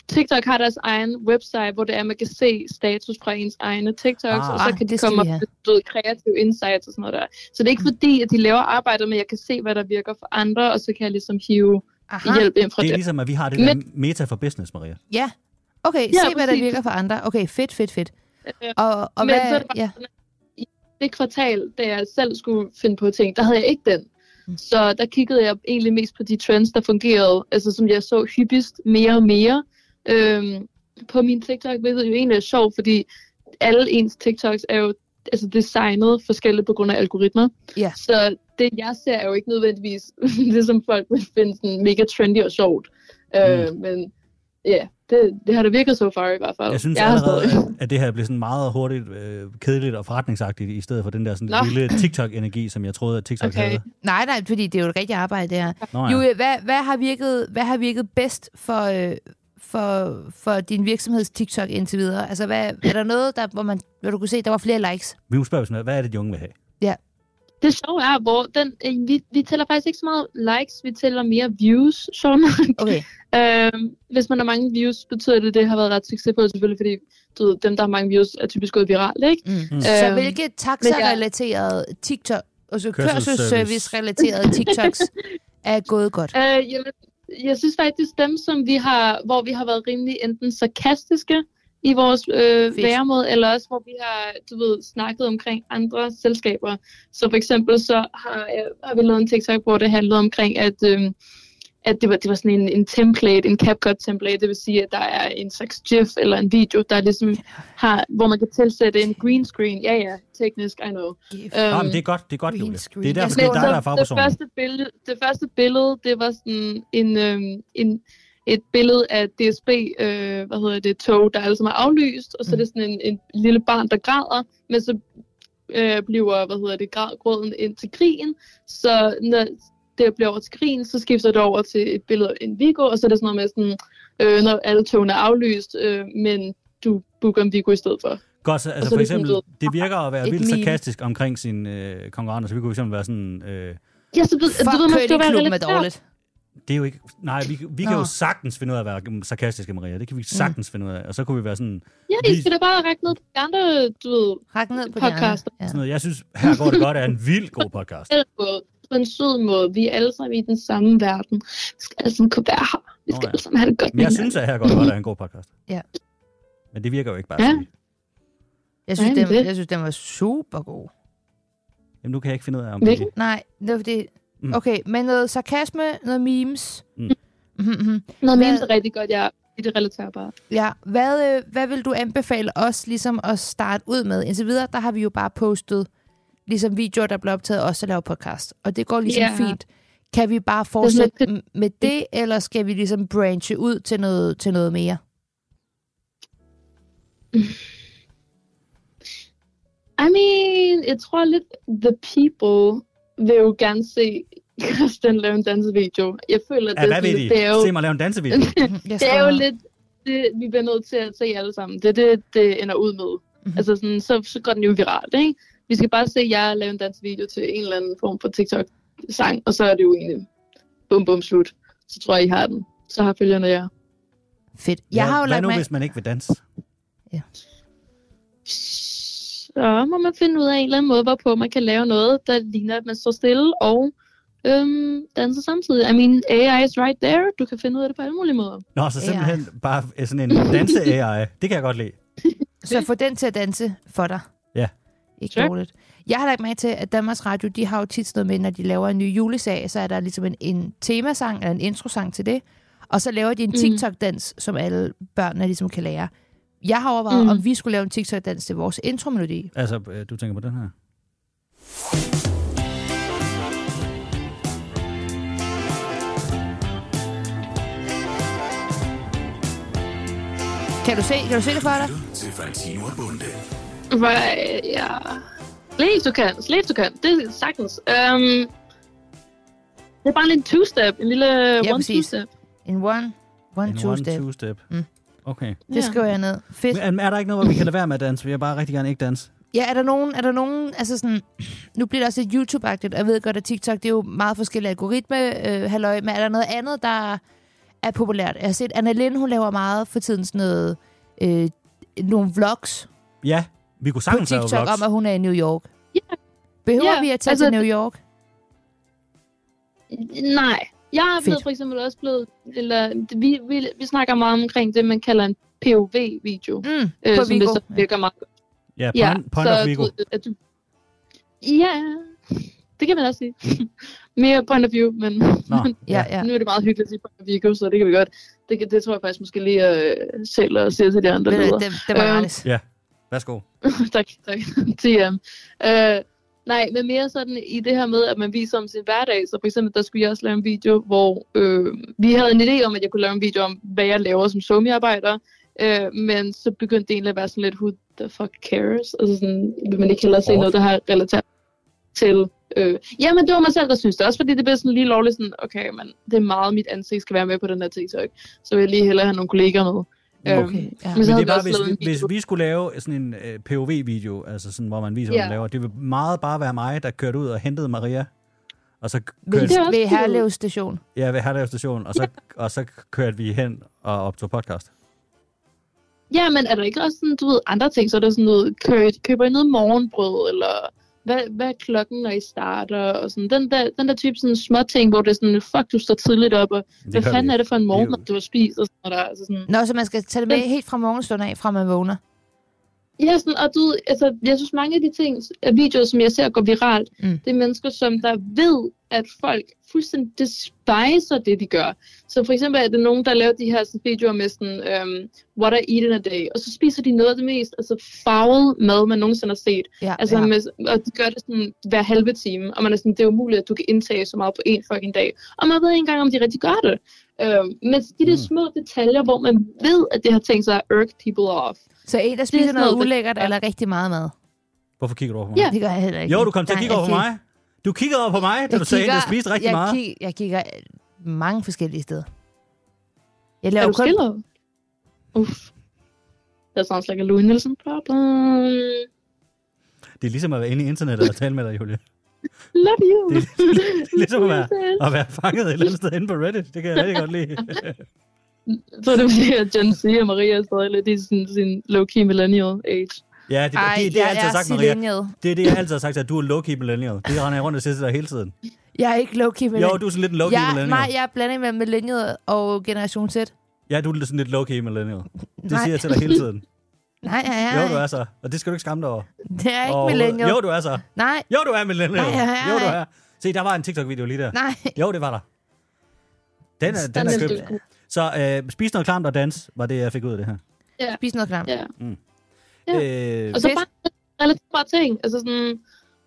E: TikTok har deres egen website, hvor det er, man kan se status fra ens egne TikToks,
B: Ah.
E: ah, og så
C: Ah,
E: kan de
C: det skal
E: komme
C: vi
E: op
C: have. Mm.
E: med du ved, kreative insights og sådan noget der. Så det er ikke fordi, at de laver arbejdet, men jeg kan se, hvad der virker for andre, og så kan jeg ligesom hive
C: Aha.
E: hjælp ind fra
B: Det er
E: det.
B: ligesom, at vi har det der meta for business, Maria.
C: ja. Okay,
E: Ja,
C: ja, se hvad der
E: præcis.
C: virker for andre. Okay, fedt, fedt, fedt.
E: Øh,
C: Og, og
E: Men
C: hvad,
E: så er det bare
C: ja.
E: det kvartal, da jeg selv skulle finde på ting, der havde jeg ikke den.
C: Mm.
E: Så der kiggede jeg egentlig mest på de trends, der fungerede, altså som jeg så hyppigst mere og mere øhm, på min TikTok, hvilket jo egentlig er sjovt, fordi alle ens TikToks er jo altså designet forskelligt på grund af algoritmer.
C: Ja.
E: Så det, jeg ser, er jo ikke nødvendigvis det, som folk vil finde sådan mega trendy og sjovt. Mm. Øh, men ja, yeah, det, det har det virket så so far i hvert fald.
B: Jeg synes
E: jeg
B: jeg
E: har
B: allerede,
E: stadig-
B: at- at det her bliver sådan meget hurtigt øh, kedeligt og forretningsagtigt, i stedet for den der sådan
E: Nå.
B: lille TikTok-energi, som jeg troede, at TikTok
E: Okay.
B: havde.
C: Nej, nej, fordi det er jo et rigtigt arbejde, det her.
B: Nå,
C: Ja.
B: ja.
C: Julie, hvad, hvad, har virket, hvad har virket bedst for, øh, for, for din virksomheds TikTok indtil videre? Altså, hvad, er der noget, der, hvor, man, hvor du kunne se, der var flere likes?
B: Vi må spørge sådan noget, hvad er det, de unge vil have?
E: Det sjove er, hvor den, øh, vi, vi tæller faktisk ikke så meget likes, vi tæller mere views, sjovt nok.
C: Okay,
E: Øhm, hvis man har mange views, betyder det, at det har været ret succesfuldt selvfølgelig, fordi du ved, dem, der har mange views, er typisk gået viralt, ikke?
C: mm.
B: Mm.
C: øh, så
E: Øhm,
C: hvilke taxa-relaterede TikTok, altså
B: Kørselsservice.
C: kørselsservice-relaterede TikToks er gået godt?
E: Øh, jamen, jeg synes faktisk, dem, som vi har, hvor vi har været rimelig enten sarkastiske i vores øh, væremåde, eller også hvor vi har, du ved, snakket omkring andre selskaber. Så for eksempel så har, jeg, har vi lavet en TikTok, hvor det handlede omkring, at, øh, at det, var, det var sådan en, en template, en CapCut template, det vil sige, at der er en slags GIF eller en video, der ligesom har, hvor man kan tilsætte en green screen. Ja, ja, teknisk, I know.
B: Um, Jamen, det er godt, det er godt,
C: Øhm, green
B: Julie.
C: screen.
B: Det er derfor,
C: Jeg
B: det er
E: Men
B: dig,
E: så
B: der er
E: det,
B: fagpersonen.
E: første billede, det første billede, det var sådan en, øhm, en, et billede af DSB, øh, hvad hedder det, tog, der altså er aflyst, og så er
B: Mm.
E: det sådan en, en lille barn, der græder, men så øh, bliver, hvad hedder det, græd- gråden ind til krigen, så når det bliver over til krigen, så skifter det over til et billede af en Vigo, og så er det sådan noget med sådan, øh, når alle togene er aflyst, øh, men du booker en Vigo i stedet for.
B: Godt, så, altså
E: så
B: for
E: er det sådan
B: eksempel, det virker at være
C: Et
B: vildt
C: meme.
B: sarkastisk omkring sin øh, konkurrenter, så vi kunne for eksempel være sådan, øh,
E: Ja, så du,
C: Fuck,
E: du ved, man skal jo være
C: Kødingklubben er
E: relateret.
C: dårligt.
B: det er jo ikke, nej, vi, vi kan
C: Nå. Mhm.
B: jo sagtens finde ud af at være sarkastiske, Maria, det kan vi sagtens finde ud af, og så kunne vi være sådan,
E: Ja, I skal da bare række ned på de andre, du ved,
C: Rak ned på
E: Podcaster.
C: de andre.
B: sådan noget, jeg synes, her går det godt, er en vildt god podcast.
E: eller på på en sød måde. Vi er alle sammen i den samme verden. Vi skal alle sammen kunne være her. Vi
B: Nå
E: skal
B: ja.
E: alle sammen have det godt
B: Men jeg
E: hinanden.
B: synes, at her godt var, der er en god podcast.
C: Ja.
B: Men det virker jo ikke bare
E: Ja.
B: ja.
C: Jeg synes,
E: Nej, men
C: den,
E: det-
C: jeg synes, den var super god.
B: Jamen, nu kan jeg ikke finde ud af, om
E: Hvilken?
B: det
C: Nej, det var fordi...
B: Mm.
C: Okay, men noget sarkasme, noget memes.
B: Mm.
C: Mm.
E: Noget
C: Hvad-
E: memes er rigtig godt, jeg er det relaterbare.
C: Ja, hvad, øh, hvad vil du anbefale os ligesom at starte ud med? Indtil videre, der har vi jo bare postet ligesom videoer, der bliver optaget, også at lave podcast. Og det går ligesom
E: Ja.
C: fint. Kan vi bare fortsætte m- med det, eller skal vi ligesom branche ud til noget, til noget mere?
E: I mean, jeg tror lidt, the people vil jo gerne se Christian lave en dansevideo. Jeg føler, at
B: Ja,
E: det,
B: hvad
E: er,
B: ved
E: sådan, det er
B: de? Se
E: jo,
B: mig lave en dansevideo.
C: Jeg
E: det
C: står
E: er jo
C: her.
E: lidt, det, vi bliver nødt til at se alle sammen. Det er det, det ender ud med.
C: Mhm.
E: Altså sådan, så, så går den jo viralt, ikke? Vi skal bare se jer lave en dansevideo til en eller anden form for TikTok-sang, og så er det jo egentlig bum bum slut. Så tror jeg, I har den. Så har følgerne jer.
C: Fedt. Jeg
B: Ja,
C: har jo
B: Hvad
C: lagt
B: nu,
C: mig...
B: hvis man ikke vil danse?
E: så må man finde ud af en eller anden måde, hvorpå man kan lave noget, der ligner, at man står stille og øhm, danser samtidig. I mean, AI is right there. Du kan finde ud af det på alle mulige måder.
B: Nå, så simpelthen bare sådan en danse-AI. Det kan jeg godt lide.
C: Så få den til at danse for dig.
B: Ja.
C: Ikke sure.
E: Sure.
C: dårligt. Jeg har lagt mærke til, at Danmarks Radio, de har jo tit sådan noget med, når de laver en ny juleserie, så er der ligesom en, en temasang eller en introsang til det. Og så laver de en
E: Mm.
C: TikTok-dans, som alle børnene ligesom kan lære. Jeg har overvejet, mm.
E: Mm.
C: om vi skulle lave en TikTok-dans til vores intromelodi.
B: Altså, øh, du tænker på den her?
C: Kan du se, kan du se det for dig?
A: Lytter til Fantino og Bunde.
E: Right, øh, ja. Slet du kan, slet du kan. Det er sagtens. Øhm, det er bare en lille two-step, en lille
C: Ja, præcis.
E: one-two-step.
C: En one, one,
B: En
C: two step.
B: one-two step.
C: Mm.
B: Okay.
C: Det skriver jeg ned. Fedt.
B: Men er der ikke noget, hvor vi kan lade være med at danse? Vi vil bare rigtig gerne ikke danse.
C: Ja, er der nogen, er der nogen, altså sådan, nu bliver det også lidt YouTube-agtigt, og jeg ved godt, at TikTok, det er jo meget forskellige algoritme, øh, halløj, men er der noget andet, der er populært? Jeg har set, Anna Lind, hun laver meget for tiden sådan noget, øh, nogle vlogs
B: Ja, vi kunne
C: på
B: sagtens lave
C: TikTok
B: vlogs.
C: om, at hun er i New York.
E: Ja.
C: Behøver
E: Ja,
C: vi at tage
E: altså-
C: til New York? Mm,
E: Nej. Jeg er blevet
C: Fedt.
E: for eksempel også blevet, eller vi, vi, vi snakker meget omkring det, man kalder en POV-video.
C: Mm,
E: Øh,
C: på
E: som det
C: Vigo.
E: så virker meget
B: Ja, point, point
E: så
B: of Vigo.
E: du- At du... Ja, det kan man også sige. Mere point of view, men
B: Nå,
C: Ja, ja.
E: nu er det meget hyggeligt at sige point of view, så det kan vi godt. Det, kan- det tror jeg faktisk måske lige øh, selv og siger til de andre
C: Ved du,
E: ledere.
C: Det, det var
E: Øh,
C: gratis.
B: Værsgo.
E: tak, tak. TM. Øh, nej, men mere sådan i det her med, at man viser om sin hverdag. Så for eksempel, der skulle jeg også lave en video, hvor øh, vi havde en idé om, at jeg kunne lave en video om, hvad jeg laver som somiarbejder. Øh, men så begyndte det egentlig at være sådan lidt, who the fuck cares? Altså sådan, vil man ikke hellere se
B: Hårdt.
E: noget, der har relateret til... Øh, ja, men det var mig selv, der synes det. Også fordi det blev sådan lige lovligt sådan, okay, men det er meget, mit ansigt skal være med på den her TikTok. Så vil jeg lige hellere have nogle kolleger med. Øh,
C: Okay, ja.
E: men så
B: Men det
E: havde vi
B: var,
E: også lavet en
B: hvis, vi,
E: video.
B: hvis vi skulle lave sådan en øh, POV-video, altså sådan, hvor man viser, hvad
E: Ja.
B: man laver, det ville meget bare være mig, der kørte ud og hentede Maria, og så k-
C: Ved,
B: kørte,
E: Det er også
C: ved
E: fint.
C: Herlev station.
B: ja, ved Herlev station, og så, og så kørte vi hen og optog podcast.
E: Ja, men er der ikke også sådan, du ved, andre ting? Så er der sådan noget, kø, køber I noget morgenbrød, eller hvad, hvad er klokken, når I starter? Og sådan, den der, den der type sådan små ting, hvor det er sådan, fuck, du står tidligt op, og
B: Det
E: hvad
B: gør vi
E: fanden er
B: ikke.
E: det for en morgen,
B: Det er jo-
E: du har spist? Og sådan, og der, er altså sådan,
C: Nå, så man skal tage det med helt fra morgenstunden af, fra man vågner.
E: ja, sådan, og du, ved, altså, jeg synes, mange af de ting, af videoer, som jeg ser går viralt,
C: Mm.
E: mm. det er mennesker, som der ved, at folk fuldstændig despiser det, de gør. Så for eksempel er det nogen, der laver de her sådan, videoer med sådan, øhm, what I eat in a day, og så spiser de noget af det mest altså, farvet mad, man nogensinde har set.
C: Ja,
E: Altså,
C: ja.
E: ja. med, og de gør det sådan hver halve time, og man er sådan, det er umuligt, at du kan indtage så meget på én fucking dag. Og man ved ikke engang, om de rigtig gør det. Øhm, men de der
B: Mm.
E: små detaljer, hvor man ved, at det har tænkt sig at irk people off.
C: Så en, der spiser
E: sådan
C: noget
E: noget, der-
C: ulækkert eller rigtig meget mad.
B: Hvorfor kigger du over på mig?
E: Ja.
C: Det gør jeg heller ikke.
B: Jo, du kom til at
C: Nej,
B: kigge over
C: jeg
B: på mig. Du kiggede over på mig, da
C: Jeg
B: du sagde, at
C: kigger-
B: du spiste rigtig
C: jeg
B: meget.
C: Kig, jeg kigger mange forskellige steder. Jeg
E: Er
C: laver
E: du
C: kun...
E: skiller? Uff. That sounds like a Louis Nielsen problem.
B: Det er ligesom at være inde i internettet og tale med dig, Julie.
E: Love you.
B: Det er Ligesom at være,
E: Princess.
B: at være fanget et eller andet sted inde på Reddit. Det kan jeg rigtig godt lide.
E: Så er det fordi, at Gen Z og Maria er stadig lidt i sin, sin low-key millennial age.
B: Ja, det, det, det, det er altid sagt, Maria.
C: silenjet.
B: Det er det, jeg altid har sagt, at du er low-key millennial. Det render jeg rundt og siger til dig hele tiden.
C: Jeg er ikke low-key millennial.
B: Jo, du er sådan lidt en low-key
C: jeg,
B: millennial.
C: Nej, jeg er blandet med millennial og generation Z.
B: Ja, du er sådan lidt low-key millennial. Det
C: Nej.
B: siger jeg til dig hele tiden.
C: Nej, jeg er,
B: Jo, du er så. Og det skal du ikke skamme dig over.
C: Det er ikke
B: Og-
C: millennial.
B: Jo, du er så.
C: Nej,
B: Jo, du er millennial.
C: Nej, jeg er
B: Jo, du
C: ej.
B: er. Se, der var en TikTok-video lige der.
C: nej.
B: Jo, det var der. Den er, den
E: Den
B: er
E: er
B: købt.
E: sgu.
B: Så øh, spis noget klamt og dans, var det, jeg fik ud af det her.
C: Spis noget klamt.
E: Ja. Ja.
B: Øh,
E: Og så
C: Fedt.
E: bare relativt bare ting. Altså sådan,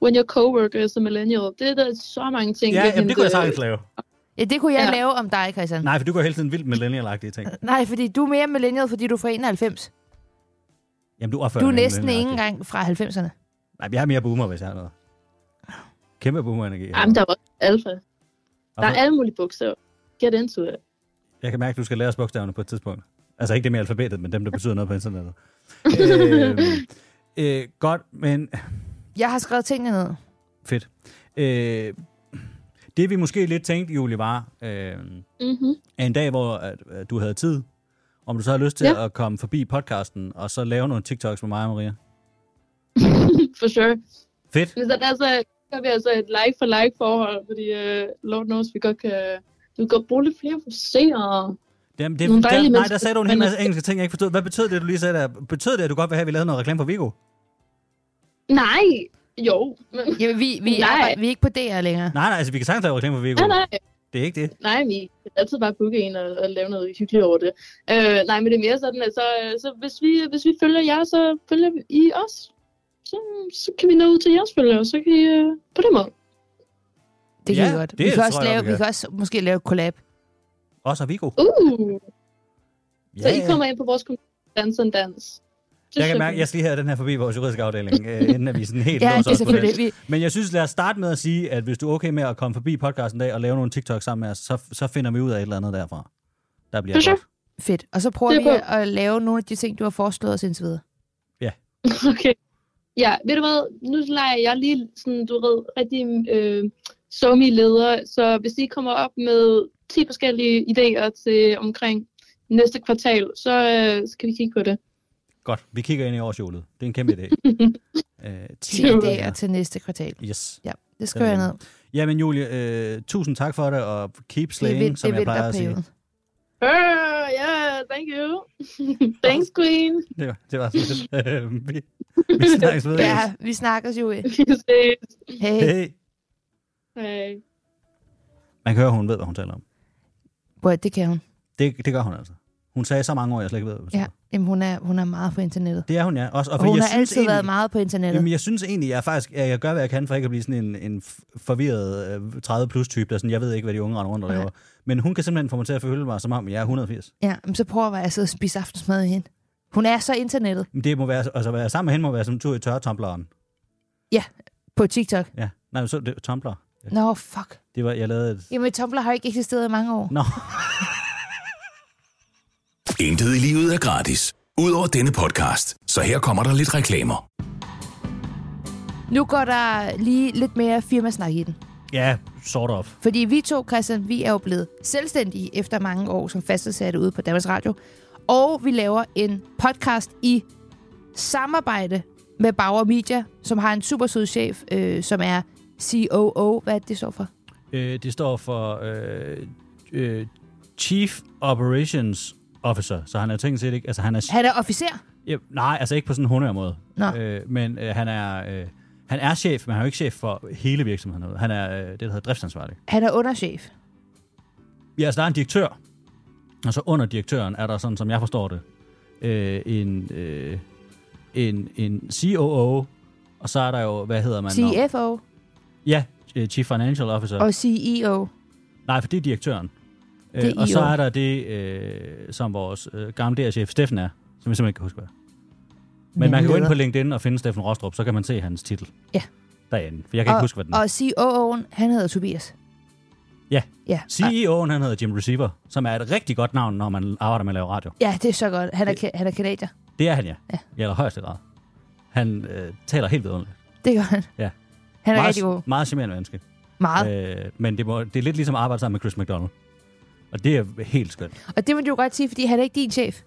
E: when your coworker is a millennial. Det er der så mange ting.
B: ja,
E: ved
B: jamen, det kunne jeg
E: hende,
B: sagtens lave.
C: Ja, det kunne jeg
E: Ja.
C: lave om dig, Christian.
B: Nej, for du går hele tiden vildt millennial-agtige ting.
C: Nej, fordi du er mere millennial, fordi du er fra 91.
B: Jamen, du er før
C: Du er
B: millennial-agtig.
C: næsten ikke engang fra 90'erne.
B: Nej, jeg er mere boomer, hvis jeg har noget. Kæmpe boomer-energi.
E: øh, Jamen, der var alfa. Der er
B: Hvorfor?
E: alle mulige bogstaver. Get into it.
B: Jeg kan mærke, at du skal lære os bogstaverne på et tidspunkt. Altså ikke dem i alfabetet, men dem, der betyder noget på internettet. øh, øh, godt, men
C: Jeg har skrevet tingene ned.
B: fedt. Øh, det vi måske lidt tænkte, Julie, var øh,
E: Mm-hmm.
B: at en dag, hvor at, at du havde tid, om du så havde lyst til ja.
E: Ja.
B: at komme forbi podcasten, og så lave nogle TikToks med mig og Maria.
E: For sure.
B: Fedt.
E: Men så der så har vi altså et like for like forhold, fordi uh, Lord knows, vi godt kan... Vi kan godt bruge lidt flere for seere.
B: Jamen, det,
E: Nogle
B: der,
E: dejlige
B: nej, der
E: mennesker,
B: sagde du en hel
E: men-
B: masse engelske ting, jeg ikke forstod. Hvad betød det, du lige sagde der? Betød det, at du godt vil have, at vi lavede noget reklame for Vigo?
E: Nej! Jo, men...
C: Ja, vi, vi,
E: Nej.
C: arbejder, vi er ikke på DR længere.
B: Nej, nej, altså vi kan sagtens lave reklame for Vigo.
E: Nej, nej,
B: Det er ikke det.
E: nej, vi kan altid bare booke en og, og lave noget hyggeligt over det. Øh, nej, men det er mere sådan, at så, øh, så hvis, vi, hvis vi følger jer, så følger I os. Så, så kan vi nå ud til jeres følgere, så kan I øh, på den måde.
C: Det kan
B: Ja,
C: vi godt.
B: det
C: vi, kan
B: tror
C: også
B: jeg godt, vi
C: lave, vi
B: kan.
C: kan også måske lave et collab.
B: Også af Vigo.
E: Uh! Så
B: Ja,
E: I kommer ind på vores computer, dans en dans. Det
B: Jeg kan
E: synes
B: mærke, at jeg skal lige have den her forbi vores juridiske afdeling, øh, inden at vi sådan helt
C: Ja,
B: låser
C: det er
B: os på
C: selvfølgelig
B: den.
C: det. Vi,
B: Men jeg synes, lad os starte med at sige, at hvis du er okay med at komme forbi podcasten en dag og lave nogle TikTok sammen med os, så, så finder vi ud af et eller andet derfra. Der bliver
E: For sure.
B: godt.
C: fedt. Og så prøver
E: Det er
C: vi
E: godt.
C: at lave nogle af de ting, du har foreslået os indtil videre.
E: Okay. Ja, ved du hvad, nu leger jeg lige sådan, du ved, rigtig øh, somi leder, så hvis I kommer op med 10 forskellige idéer til omkring næste kvartal, så, øh, så kan vi kigge på det.
B: Godt. Vi kigger ind i årsjulet. Det er en kæmpe idé. øh,
C: 10
E: Det er jo-
C: idéer til næste kvartal.
B: Yes.
C: Ja, det skriver jeg
B: Den-
C: ned.
B: Jamen, Julie, øh, tusind tak for det, og keep
C: Det er
B: slaying,
C: vind- det
B: som
C: er
B: jeg plejer at sige.
C: vinterperioden.
E: Øh, yeah, thank you. Thanks, queen.
B: Det var, det var sådan lidt. Øh, vi, vi snakkes ved.
C: Ja, vi snakkes jo.
E: Vi ses.
C: Hey.
B: Hey.
E: Hej.
B: Man kan høre, hun ved, hvad hun taler om.
C: Boy, det kan hun.
B: Det, det gør hun altså. Hun sagde så mange ord, jeg slet ikke ved, hvad betyder.
C: Ja. Jamen, hun, er, hun er meget på internettet.
B: Det er hun, ja. Også, og
C: Og
B: fordi
C: hun
B: jeg
C: har
B: synes
C: altid
B: egentlig,
C: været meget på internettet.
B: Jamen, jeg synes egentlig, jeg er faktisk, at jeg gør, hvad jeg kan, for ikke at blive sådan en, en f- forvirret øh, 30-plus-type, der sådan, jeg ved ikke, hvad de unge render rundt og
C: Nej.
B: laver. Men hun kan simpelthen få mig til at føle mig, som om jeg er 180.
C: Ja, men så prøver jeg at sidde og spise aftensmad i hende. Hun er så internettet
B: Men det må være, altså, at være sammen med hende må være som en tur i tørretumbleren.
C: på TikTok.
B: Ja, nej, men så det, tumbler.
C: Nå, fuck.
B: Det var, jeg lavede et...
C: Jamen, Tumblr har ikke eksisteret i mange år.
B: Nå,
A: Intet i livet er gratis. Udover denne podcast, så her kommer der lidt reklamer.
C: Nu går der lige lidt mere firmasnak i den.
B: ja, sort of.
C: Fordi vi to, Christian, vi er jo blevet selvstændige efter mange år som fastansatte ude på Danmarks Radio. Og vi laver en podcast i samarbejde med Bauer Media, som har en super sød chef, øh, som er COO. Hvad er det, det står for?
B: Øh, det står for øh, øh, Chief Operations Officer, så han er tænkt set ikke... Altså, han er,
C: Han er officer.
B: ja, nej, altså ikke på sådan en hundørmåde.
C: Nå.
B: Øh, men øh, han er... Øh, han er chef, men han er jo ikke chef for hele virksomheden. derude. Han er øh, det, der hedder driftsansvarlig.
C: Han er underchef.
B: Ja, altså der er en direktør, og så under direktøren er der, sådan som jeg forstår det, øh, en, øh, en, en COO, og så er der jo, hvad hedder man? når-
C: CFO
B: Ja, øh, Chief Financial Officer.
C: og E CEO.
B: Nej, for det er direktøren. Øh,
C: Det er
B: og så
C: IO.
B: er der det, øh, som vores øh, gamle DR-chef Steffen er, som jeg simpelthen ikke kan huske, hvad er. Men man kan gå ind på LinkedIn og finde Steffen Rostrup, så kan man se hans titel.
C: Ja.
B: Derinde, for jeg kan og, ikke huske, hvad den er.
C: Og COO'en, han hedder Tobias.
B: Ja.
C: Ja.
B: CEO'en, E han hedder Jim Receiver, som er et rigtig godt navn, når man arbejder med at lave radio.
C: Ja, det er så godt. Han er, ka- han er kanadier.
B: Det er han, ja.
C: Ja.
B: ja. I allerhøjeste grad. Han øh, taler helt vidunderligt.
C: Det gør han.
B: Ja.
C: Han er
B: meget,
C: rigtig god.
B: Meget charmerende menneske.
C: Meget.
B: Øh, men det, må, det er lidt ligesom at arbejde sammen med Chris McDonald. Og det er helt skønt.
C: Og det må du jo godt sige, fordi han er ikke din chef.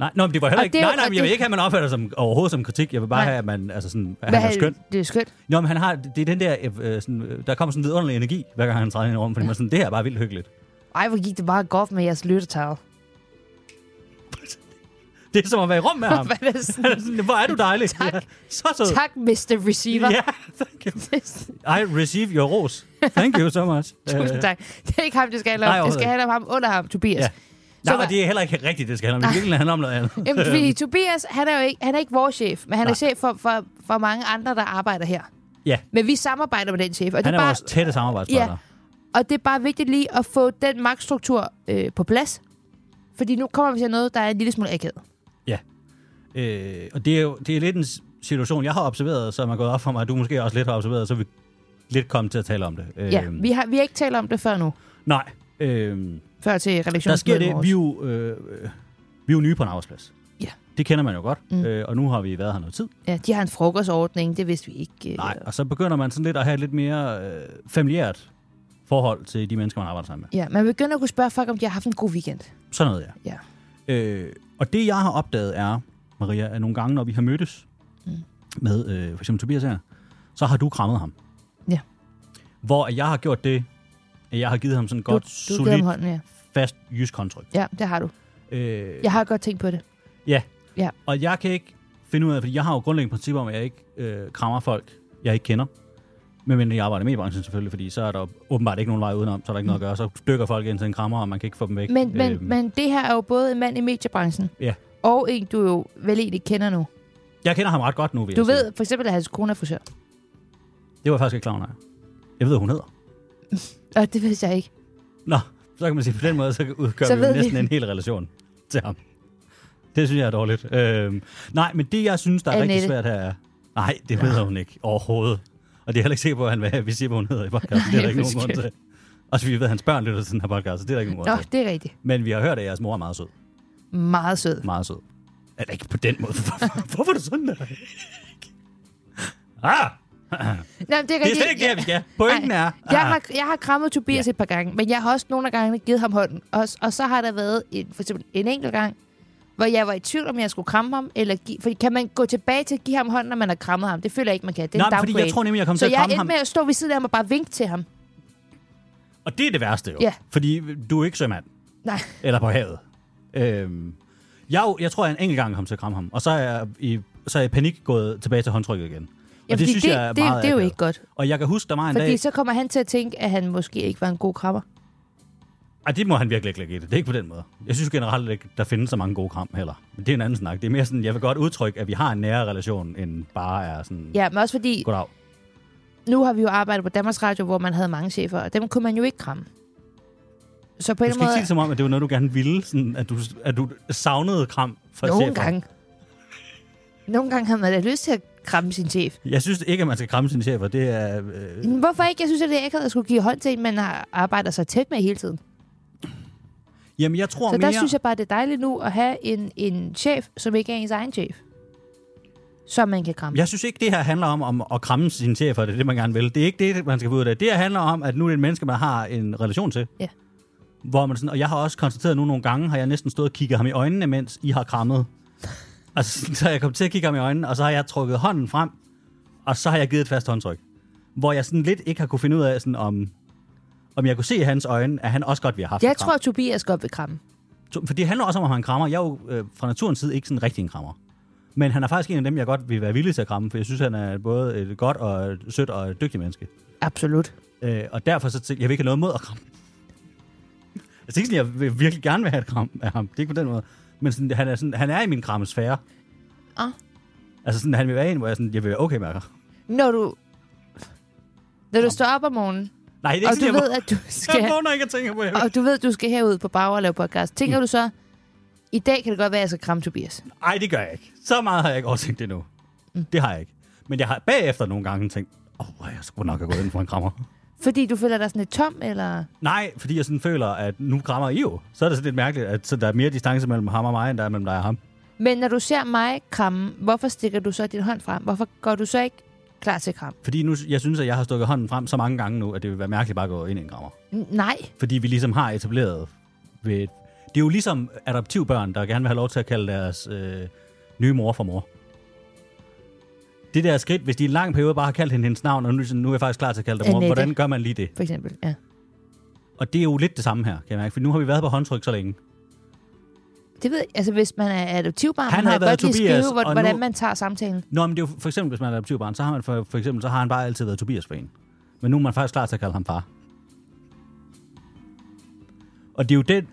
B: Nej, nå, men det var heller
C: Og
B: ikke...
C: det er jo-
B: nej, nej,
C: og
B: men jeg vil
C: det-
B: ikke have, at man opfatter som, overhovedet som kritik. Jeg vil bare
C: Nej.
B: have, at man... Altså sådan, at
C: Hvad
B: han er skøn.
C: Det er skønt.
B: Nå, men han har... Det er den der... Øh, sådan, øh, der kommer sådan en vidunderlig energi, hver gang han træder ind i rummet. Fordi man er sådan, det her er bare vildt hyggeligt.
C: Ej, hvor gik det bare godt med jeres lyttertal.
B: Det er som at være i rum med ham.
C: Hvad er det sådan?
B: Han er sådan, Hvor er du dejlig.
C: Tak.
B: Ja, så sød.
C: Tak, Mr. Receiver.
B: Ja, thank you. I receive your rose. Thank you so much.
C: Tusind tak. Det er ikke ham, det skal handle om.
B: Øh. nej,
C: Nej, det skal
B: overhovedet
C: handle om ham under ham, Tobias.
B: Ja.
C: Ja.
B: Nej,
C: hvad-
B: og det er heller ikke rigtigt, det skal handle
C: Ah.
B: om. Det virkelig handler om noget andet.
C: Jamen, fordi Tobias, han er jo ikke, han er ikke vores chef, men han Nej.
B: Nej.
C: er chef for, for, for mange andre, der arbejder her.
B: Ja.
C: Men vi samarbejder med den chef, og det
B: Han
C: er,
B: er
C: bare,
B: vores tætte samarbejdspartner.
C: og det er bare vigtigt lige at få den magtstruktur øh, på plads. Fordi nu kommer vi til noget, der er en lille smule akavet.
B: Øh, og det er jo det er lidt en s- situation, jeg har observeret, som er gået op for mig, at du måske også lidt har observeret, så er vi lidt kommet til at tale om det. Øh,
C: Ja, vi har, vi har ikke talt om det før nu.
B: Nej, øh,
C: Før til
B: der sker
C: redaktionsmødet
B: det, vi er, jo, øh, øh, vi er jo nye på en arbejdsplads.
C: Ja.
B: Det kender man jo godt, mm. øh, og nu har vi været her noget tid.
C: Ja, de har en frokostordning, det vidste vi ikke. øh.
B: Nej, og så begynder man sådan lidt at have et lidt mere øh, familiært forhold til de mennesker, man arbejder sammen med.
C: Ja, man begynder at kunne spørge folk, om de har haft en god weekend.
B: Sådan noget,
C: Ja.
B: Øh, og det, jeg har opdaget er, Maria, at nogle gange, når vi har mødtes mm. med øh, for eksempel Tobias her, så har du krammet ham.
C: Ja.
B: Hvor jeg har gjort det, at jeg har givet ham sådan et
C: Du,
B: godt,
C: du giver
B: solidt,
C: dem hånden, ja.
B: fast jysk håndtryk.
C: Ja, det har du.
B: Øh,
C: Jeg har godt tænkt på det.
B: ja.
C: Ja.
B: Og jeg kan ikke finde ud af, fordi jeg har jo grundlæggende principper om, at jeg ikke øh, krammer folk, jeg ikke kender. Men, men jeg arbejder med i branchen selvfølgelig, fordi så er der åbenbart ikke nogen vej udenom, så er der ikke noget at gøre. Så dykker folk ind til en krammer, og man kan ikke få dem væk.
C: Men, men,
B: Øhm,
C: men det her er jo både en mand i mediebranchen,
B: Ja.
C: og en, du jo vel egentlig kender nu.
B: Jeg kender ham ret godt nu, vil
C: Du
B: jeg sige.
C: ved for eksempel, at hans kone er frisør.
B: Det var jeg faktisk ikke klar over. nej. Jeg ved, hvad hun hedder.
C: Og det vidste jeg ikke.
B: Nå, så kan man sige, på den måde, så udgør
C: Så
B: så vi
C: ved
B: jo
C: vi.
B: næsten en hel relation til ham. Det synes jeg er dårligt. Øhm, nej, men det, jeg synes, der er Annette.
C: Annette.
B: rigtig svært her, er... Nej, det ved hun ikke overhovedet. Og det er heller ikke sikkert på, at han vil vi siger, hvad hun hedder i podcasten. Det er der
C: Nej,
B: ikke nogen grund
C: undskyld.
B: til. Og så vi ved, at hans børn lytter til den her podcast, så det er der ikke nogen
C: Nå,
B: grund til.
C: det er rigtigt.
B: Men vi har hørt, at jeres mor er meget sød.
C: Meget sød.
B: Meget sød. Eller ikke på den måde. Hvorfor, hvorfor er du sådan der? ah,
C: Nå, men det er
B: det er
C: rigtigt.
B: slet ikke det, vi skal. Pointen er...
C: Nej, Jeg har, jeg har krammet Tobias ja. et par gange, men jeg har også nogle af gangene givet ham hånden. Og, og så har der været en, for eksempel en enkelt gang, hvor jeg var i tvivl, om jeg skulle kramme ham. Eller give, for kan man gå tilbage til at give ham hånden, når man har krammet ham? Det føler jeg ikke, man kan. Det er
B: Nå,
C: en
B: men fordi jeg
C: downgrade.
B: tror nemlig, jeg kommer til
C: så
B: at
C: jeg
B: kramme
C: endte
B: ham.
C: med at stå ved siden af ham og bare vinke til ham.
B: Og det er det værste jo.
C: Ja.
B: Fordi du er ikke sømand.
C: Nej,
B: Eller på havet. Øhm, jeg, er jo- jeg tror, jeg en enkelt gang kom til at kramme ham. Og så er jeg i, så er jeg i panik gået tilbage til håndtrykket igen.
C: ja,
B: og det
C: fordi
B: synes
C: det,
B: jeg er
C: det,
B: meget
C: det er jo
B: akavet.
C: ikke godt.
B: Og jeg kan huske, der var en
C: Fordi
B: dag...
C: så kommer han til at tænke, at han måske ikke var en god krammer.
B: Ej, det må han virkelig ikke lægge i det. Det er ikke på den måde. Jeg synes generelt ikke, der findes så mange gode kram heller. Men det er en anden snak. Det er mere sådan, jeg vil godt udtrykke, at vi har en nære relation, end bare er sådan...
C: Ja, men også fordi,
B: Goddag.
C: nu har vi jo arbejdet på Danmarks Radio, hvor man havde mange chefer, og dem kunne man jo ikke kramme. Så på en
B: Du skal ikke sige det
C: måde,
B: som om, at det var noget, du gerne ville. Sådan, at, du, at du savnede kram fra
C: nogle
B: chefer.
C: gange, nogle gange har man da lyst til at kramme sin chef.
B: Jeg synes ikke, at man skal kramme sine chefer. Det er... Øh,
C: Men Hvorfor ikke? Jeg synes, at det er ikke, at jeg skulle give hånd til en, man har- arbejder så tæt med hele tiden.
B: jamen, jeg tror
C: Så
B: mere...
C: der synes jeg bare, det er dejligt nu at have en, en chef, som ikke er ens egen chef, som man kan kramme.
B: Jeg synes ikke, det her handler om, om at kramme sine chefer, det er det, man gerne vil. Det er ikke det, man skal få ud af. Det her handler om, at nu er det en menneske, man har en relation til.
C: Ja.
B: Hvor man sådan, og jeg har også konstateret nu nogle gange, har jeg næsten stået og kigget ham i øjnene, mens I har krammet. altså, så er jeg kom til at kigge ham i øjnene, og så har jeg trukket hånden frem, og så har jeg givet et fast håndtryk. Hvor jeg sådan lidt ikke har kunne finde ud af, sådan, om, om jeg kunne se i hans øjne, at han også godt ville have haft
C: Jeg
B: et kram.
C: tror, at Tobias godt vil kramme.
B: To- For det handler også om, at han krammer. Jeg er jo øh, fra naturens side ikke sådan rigtig en krammer. Men han er faktisk en af dem, jeg godt vil være villig til at kramme, for jeg synes, han er både et godt og et sødt og et dygtigt menneske.
C: Absolut.
B: Øh, og derfor så tænkte jeg, jeg vil ikke have noget mod at kramme. Jeg tænker sådan, jeg vil virkelig gerne vil have et kram af ham. Det er ikke på den måde. Men sådan, han, er sådan, han er i min krammesfære.
C: Ah.
B: Altså sådan, han vil være en, hvor jeg, sådan, jeg vil være okay med at kramme.
C: Når du, når du står op om morgenen,
B: Nej, det er
C: og
B: ikke
C: du
B: sådan, jeg,
C: ved, at du
B: jeg
C: skal...
B: vågner ikke at tænke på det.
C: Og du ved, du skal herud på Bauer og lave podcast. Tænker
B: Mm.
C: du så, i dag kan det godt være, at jeg skal kramme Tobias?
B: Nej, det gør jeg ikke. Så meget har jeg ikke overtænkt det endnu. Mm. Det har jeg ikke. Men jeg har bagefter nogle gange tænkt, åh, oh, jeg skulle nok have gået ind for en krammer.
C: Fordi du føler dig sådan lidt tom, eller...
B: Nej, fordi jeg sådan føler, at nu krammer I jo. Så er det sådan lidt mærkeligt, at så der er mere distance mellem ham og mig, end der er mellem dig og ham.
C: Men når du ser mig kramme, hvorfor stikker du så din hånd frem? Hvorfor går du så ikke klar til at kramme?
B: Fordi nu, jeg synes, at jeg har stukket hånden frem så mange gange nu, at det vil være mærkeligt bare at gå ind i en krammer.
C: N- nej.
B: Fordi vi ligesom har etableret ved... Det er jo ligesom adoptivbørn, der gerne vil have lov til at kalde deres øh, nye mor for mor. Det der skridt, hvis de i en lang periode bare har kaldt hende hendes navn, og nu, nu er jeg faktisk klar til at kalde dig mor,
C: Annette.
B: hvordan gør man lige det?
C: for eksempel. Ja.
B: Og det er jo lidt det samme her, kan jeg mærke, for nu har vi været på håndtryk så længe.
C: Det ved jeg. Altså, hvis man er adoptivbarn,
B: Han
C: man
B: har
C: kan
B: været
C: godt lige
B: Tobias,
C: skrive,
B: og nu-
C: hvor, hvordan man tager samtalen.
B: Nå, men det er jo for eksempel, hvis man er adoptivbarn, så har man for, for eksempel, så har han bare altid været Tobias for en. Men nu er man faktisk klar til at kalde ham far. Og det er jo det,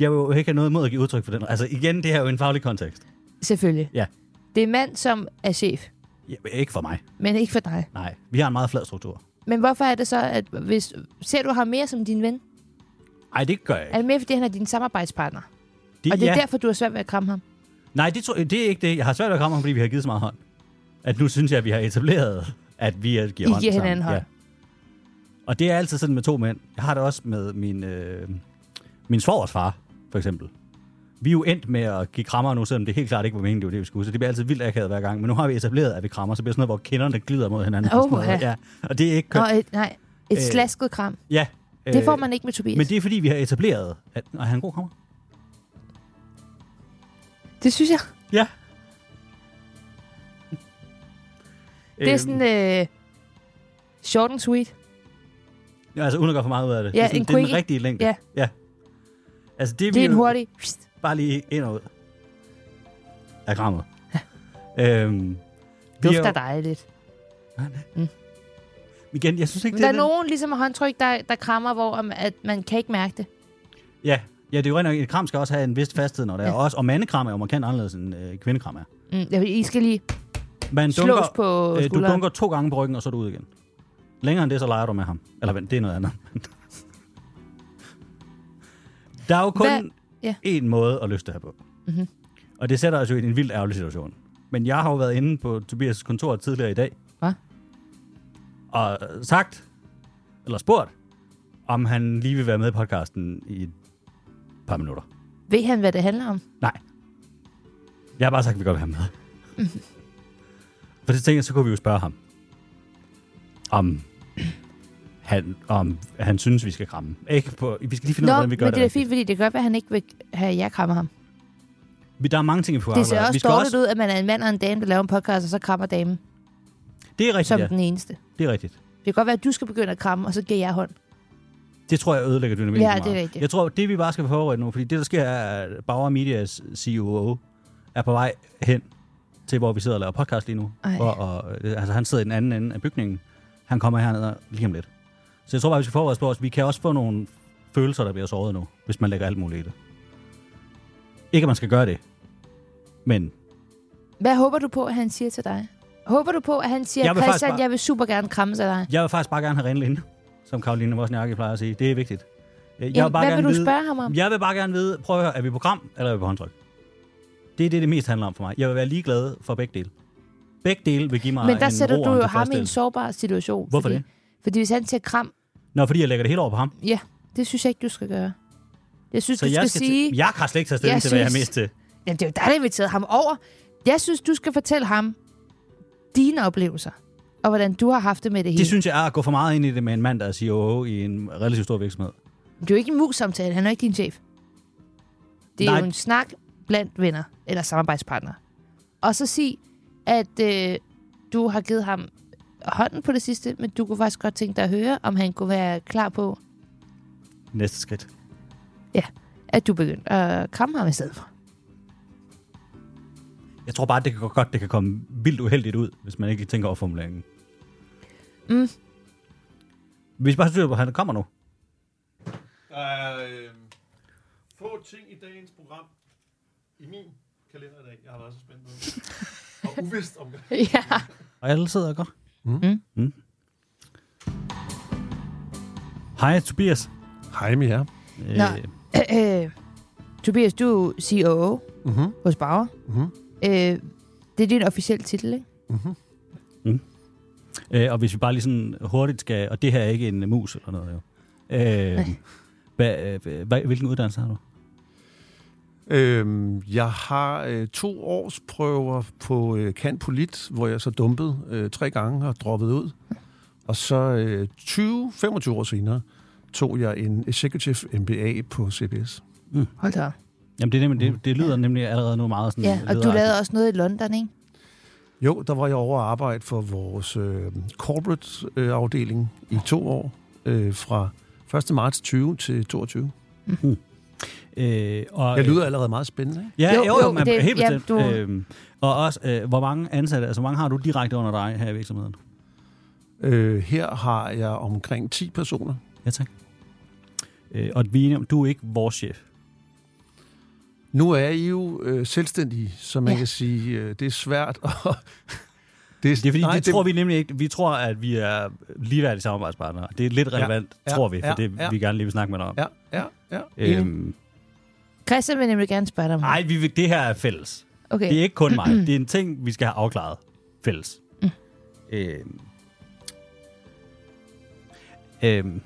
B: jeg vil jo ikke have noget imod at give udtryk for den. Altså igen, det her er jo en faglig kontekst.
C: Selvfølgelig.
B: Ja.
C: Det er en mand, som er chef,
B: Ja, ikke for mig.
C: men ikke for dig.
B: Nej, vi har en meget flad struktur.
C: Men hvorfor er det så, at hvis, ser du ham mere som din ven?
B: Nej, det gør jeg
C: Er
B: ikke.
C: det mere, fordi han er din samarbejdspartner?
B: Det,
C: Og det er
B: ja.
C: ja. derfor, du har svært ved at kramme ham?
B: Nej, det, tror, det er ikke det. Jeg har svært ved at komme ham, fordi vi har givet så meget hånd. At nu synes jeg, at vi har etableret, at vi er- giver
C: I
B: hånd
C: giver
B: sammen.
C: hinanden hånd.
B: Og det er altid sådan med to mænd. Jeg har det også med min, øh, min svogers far, for eksempel. Vi er jo endt med at give krammer nu, selvom det helt klart ikke var meningen, det var det, vi skulle. Så det bliver altid vildt akavet hver gang. Men nu har vi etableret, at vi krammer, så bliver det sådan noget, hvor kinderne glider mod hinanden. og sådan
C: Åh,
B: noget.
C: ja.
B: ja. Og det er ikke kønt.
C: Nå, et, nej. Et
B: Øh,
C: øh, slasket kram.
B: Ja.
C: Det
B: øh,
C: får man ikke med Tobias.
B: Men
C: det,
B: det er fordi, vi har etableret, at er han en god krammer.
C: det synes jeg.
B: Ja.
C: Det er
B: Øhm.
C: sådan øh, short and sweet.
B: Ja, altså uden at gøre for meget ud af det.
C: Ja,
B: det er, sådan,
C: en
B: det er den
C: quickie.
B: rigtige længde.
C: Ja.
B: ja. Altså det, er
C: Det
B: vi
C: er en
B: jo
C: hurtig... Pst.
B: Bare lige ind og ud. Af grammet. øhm, vi er jo-
C: Dufter dejligt.
B: Igen, jeg synes ikke,
C: Men
B: det
C: der
B: er
C: er
B: den-
C: nogen ligesom med håndtryk, der, der krammer, hvor om- at man kan ikke mærke det.
B: Ja, ja, det er jo rent nok, et kram skal også have en vis fasthed, når det er. Også, og mandekram er jo markant anderledes end øh, kvindekram er.
C: Mm, jeg vil- I skal lige...
B: Man
C: Slås på
B: øh, Du
C: skulderen.
B: dunker to gange på ryggen, og så er du ud igen. Længere end det, så leger du med ham. Eller vent, det er noget andet. der er jo
C: Hvad-
B: kun
C: ja. Mhm.
B: ja. én måde at løse det her på. Mm-hmm. Og det sætter os jo i en vildt ærgerlig situation. Men jeg har jo været inde på Tobias' kontor tidligere i dag,
C: Hvad?
B: og sagt, eller spurgt, om han lige vil være med i podcasten i et par minutter.
C: Ved han, hvad det handler om?
B: Nej. Jeg har bare sagt, at vi godt vil have ham med.
C: Mhm.
B: For det tænker jeg, så kunne vi jo spørge ham, om han, om han synes, vi skal kramme. Ikke på, vi skal lige finde ud af,
C: Nå,
B: hvordan vi
C: men
B: gør
C: det,
B: det.
C: det er fint, fordi det gør, at han ikke vil have, at jeg krammer ham.
B: fint. Der er mange ting, vi får
C: Det ser
B: afklaret. vi
C: også dårligt også... ud, at man er en mand og en dame, der laver en podcast, og så krammer damen
B: Det er rigtigt,
C: som
B: ja.
C: ja. den eneste.
B: Det er rigtigt.
C: Det kan godt være, at du skal begynde at kramme, og så giver jeg hånd.
B: Det tror jeg ødelægger dynamikken
C: Ja,
B: for
C: det er
B: meget.
C: rigtigt.
B: Jeg tror, det vi bare skal forberede nu, fordi det, der sker, er, at Bauer Medias CEO er på vej hen til, hvor vi sidder og laver podcast lige nu.
C: Ej.
B: Og, og, øh, altså, han sidder i den anden ende af bygningen. Han kommer herned og- lige om lidt. Så jeg tror bare, vi skal forberede os på, at vi kan også få nogle følelser, der bliver såret nu, hvis man lægger alt muligt i det. Ikke, at man skal gøre det, men
C: Hvad håber du på, at han siger til dig? Håber du på, at han siger,
B: Jeg vil faktisk
C: Christian,
B: bare-
C: jeg vil super gerne kramme sig af dig?
B: jeg vil faktisk bare gerne have rene linjer, som Karoline Vosniakke plejer at sige. Det er vigtigt. Jeg jeg
C: Jamen,
B: bare
C: hvad vil
B: gerne
C: du
B: vide-
C: spørge ham om?
B: Jeg vil bare gerne vide, prøv at høre, er vi på kram, eller er vi på håndtryk? Det er det, det mest handler om for mig. Jeg vil være ligeglad for begge dele. Begge dele vil give mig
C: Men der
B: en
C: sætter
B: ro
C: du
B: om
C: jo
B: det
C: ham i en
B: tilfredsstillelse.
C: sårbar situation.
B: Hvorfor
C: fordi, Fordi hvis han siger kram,
B: Nå, fordi jeg lægger det hele over på ham.
C: ja, det synes jeg ikke, du skal gøre. Jeg synes,
B: Så
C: du
B: jeg,
C: skal,
B: skal
C: sige...
B: til, jeg har slet ikke taget stilling
C: Jeg
B: til, hvad jeg er
C: synes-
B: mest til.
C: Jamen, det er jo dig, der inviterede ham over. Jeg synes, du skal fortælle ham dine oplevelser, og hvordan du har haft det med det hele.
B: Det synes jeg er at gå for meget ind i det med en mand, der er CEO i en relativt stor virksomhed.
C: Det er jo ikke en mus-samtale. Han er ikke din chef. Det er
B: Nej.
C: Nej. jo en snak blandt venner eller samarbejdspartnere. Og så sig, at øh, du har givet ham hånden på det sidste, men du kunne faktisk godt tænke dig at høre, om han kunne være klar på,
B: Næste skridt.
C: at du begyndte at kramme ham i stedet for.
B: Jeg tror bare, det kan gå godt, det kan komme vildt uheldigt ud, hvis man ikke tænker over formuleringen.
C: Mm.
B: Hvis bare styrer på, at han kommer nu.
F: Der er øh, få ting i dagens program, i min kalender i dag, jeg har været så spændt på. Og uvidst om
C: Ja.
B: Og alle sidder godt.
C: Mm.
B: Mm. Hej, Tobias.
F: Hej med jer.
C: Nå. Øh, Tobias, du er COO
F: Mhm.
C: hos Bauer.
F: Mhm.
C: Øh, det er din officielle titel, ikke?
B: Øh, og hvis vi bare lige sådan hurtigt skal... Og det her er ikke en mus eller noget, jo. Øh, hva, øh, hva, hvilken uddannelse har du?
F: Øhm, jeg har øh, to års prøver på øh, Kant Polit, hvor jeg så dumpede øh, tre gange og droppet ud. Og så øh, 20-25 år senere tog jeg en Executive MBA på CBS.
C: Hold da op.
B: Jamen, det, er nemlig, det, det lyder nemlig allerede nu meget sådan...
C: Ja, og du
B: lederagtigt.
C: lavede også noget i London, ikke?
G: Jo, der var jeg over at arbejde for vores øh, corporate-afdeling i to år, øh, fra 1. marts 20 til 22.
B: Øh, og,
G: Jeg lyder allerede meget spændende, ikke?
B: Ja, jo, jo, jo man, det, helt
C: ja,
B: bestemt.
C: du-
B: Ja, øhm, og også, øh, hvor mange ansatte, altså hvor mange har du direkte under dig her i virksomheden?
G: Øh, her har jeg omkring 10 personer.
B: Ja, tak. Øh, og vi er enige om, du er ikke vores chef.
G: Nu er I jo øh, selvstændige, så man
C: Ja.
G: ja. kan sige, øh, det er svært at... Det er,
B: Det er fordi, Nej, det, det tror
G: vi...
B: vi nemlig ikke. Vi tror, at vi er ligeværdige samarbejdspartnere. Det er lidt relevant, ja,
G: ja,
B: tror vi, for
G: ja,
B: det
G: ja.
B: vi gerne lige vil snakke med dig om.
G: Ja, ja, ja. Øhm.
B: Øhm,
C: Christian vil nemlig gerne spørge dig om det.
B: nej, vi vil, det her er fælles.
C: okay.
B: Det er ikke kun mig. Det er en ting, vi skal have afklaret fælles. Øhm. Øhm.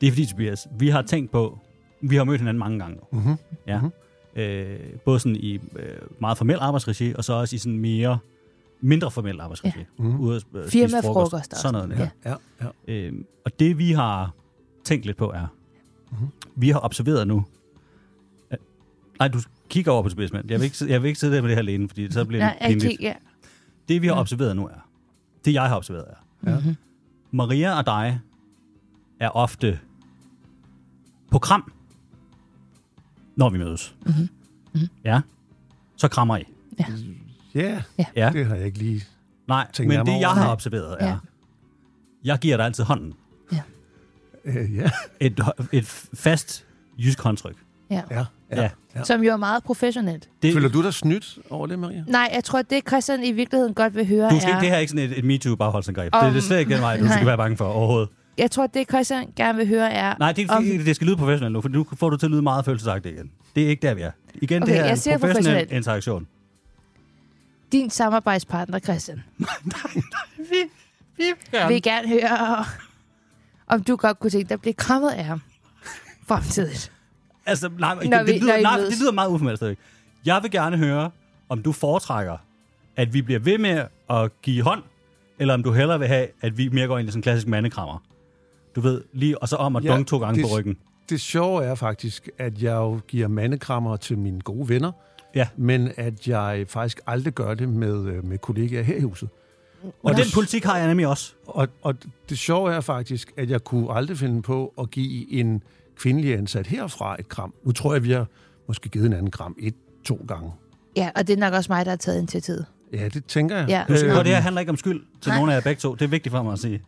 B: Det er fordi, Tobias, vi har tænkt på, vi har mødt hinanden mange gange nu. Mm-hmm. Ja. Mm-hmm. Øh, både sådan i øh, meget formel arbejdsregi, og så også i sådan mere mindre formel arbejdsregi. Ja. Mm-hmm. Ude at, øh, spise
C: Firmafrokost og
B: Sådan noget.
C: sådan,
B: Ja.
G: Ja, ja.
B: Øh, og det vi har tænkt lidt på er, mm-hmm.
G: Mhm.
B: vi har observeret nu, at- nej, du kigger over på Tobias Mand. Jeg vil ikke, sidde- jeg vil ikke sidde der med det her alene, fordi så bliver
C: Nej,
B: det
C: jeg
B: pinligt.
C: kig, ja. Mhm.
B: Det vi har observeret nu er, det jeg har observeret er,
G: Ja.
B: mm-hmm. Maria og dig er ofte på kram, når vi mødes.
C: Mhm.
B: Mm-hmm. Mm-hmm. Ja, så krammer I.
G: ja,
B: Ja,
G: det har jeg ikke lige...
B: nej,
G: tænker
B: men
G: jeg mig
B: det jeg
G: over.
B: har observeret er,
C: Ja.
B: jeg giver dig altid hånden.
G: Øh, ja,
B: Et, et fast jysk håndtryk.
C: Ja.
G: ja, ja.
B: Ja.
G: ja. ja.
C: Som jo er meget professionelt.
B: Det,
G: Føler du dig snydt over det, Maria?
C: Nej, jeg tror, det Christian i virkeligheden godt vil høre
B: Du skal
C: er...
B: ikke, det her er ikke sådan et, et MeToo-bagholdsangreb. Det, det er
C: Om-
B: slet ikke den vej, du
C: Nej.
B: skal være bange for overhovedet.
C: Jeg tror, det Christian gerne vil høre er...
B: Nej, det,
C: om...
B: det, det skal lyde professionelt nu, for nu får du til at lyde meget følelsesagtig igen. Det er ikke der, vi er. Igen,
C: Okay,
B: det her
C: jeg
B: er
C: siger
B: en professionel
C: professionelt.
B: interaktion.
C: Din samarbejdspartner, Christian,
B: Ja.
C: vil gerne høre, om du godt kunne tænke dig at blive krammet af ham fremtidigt.
B: Altså, nej, det,
C: Når vi-
B: det, lyder,
C: når I
B: nej,
C: mødes.
B: det lyder meget uformelt stadig. Jeg vil gerne høre, om du foretrækker, at vi bliver ved med at give hånd, eller om du hellere vil have, at vi mere går ind i sådan en klassisk mandekrammer. Du ved, lige, og så om at ja,
G: Ja,
B: dunk to gange
G: det-
B: på ryggen.
G: Det sjove er faktisk, at jeg jo giver mandekrammer til mine gode venner,
B: Ja.
G: men at jeg faktisk aldrig gør det med, øh, med kollegaer her i huset.
B: Og den politik har jeg nemlig også.
G: Og, og det sjove er faktisk, at jeg kunne aldrig finde på at give en kvindelig ansat herfra et kram. Nu tror jeg, vi har måske givet en anden kram et, to gange.
C: Ja, og det er nok også mig, der har taget initiativet.
G: Ja, det tænker jeg.
C: Ja.
B: Du skal,
G: Øh,
B: og det her handler ikke om skyld til nogen af jer begge to. Det er vigtigt for mig at sige.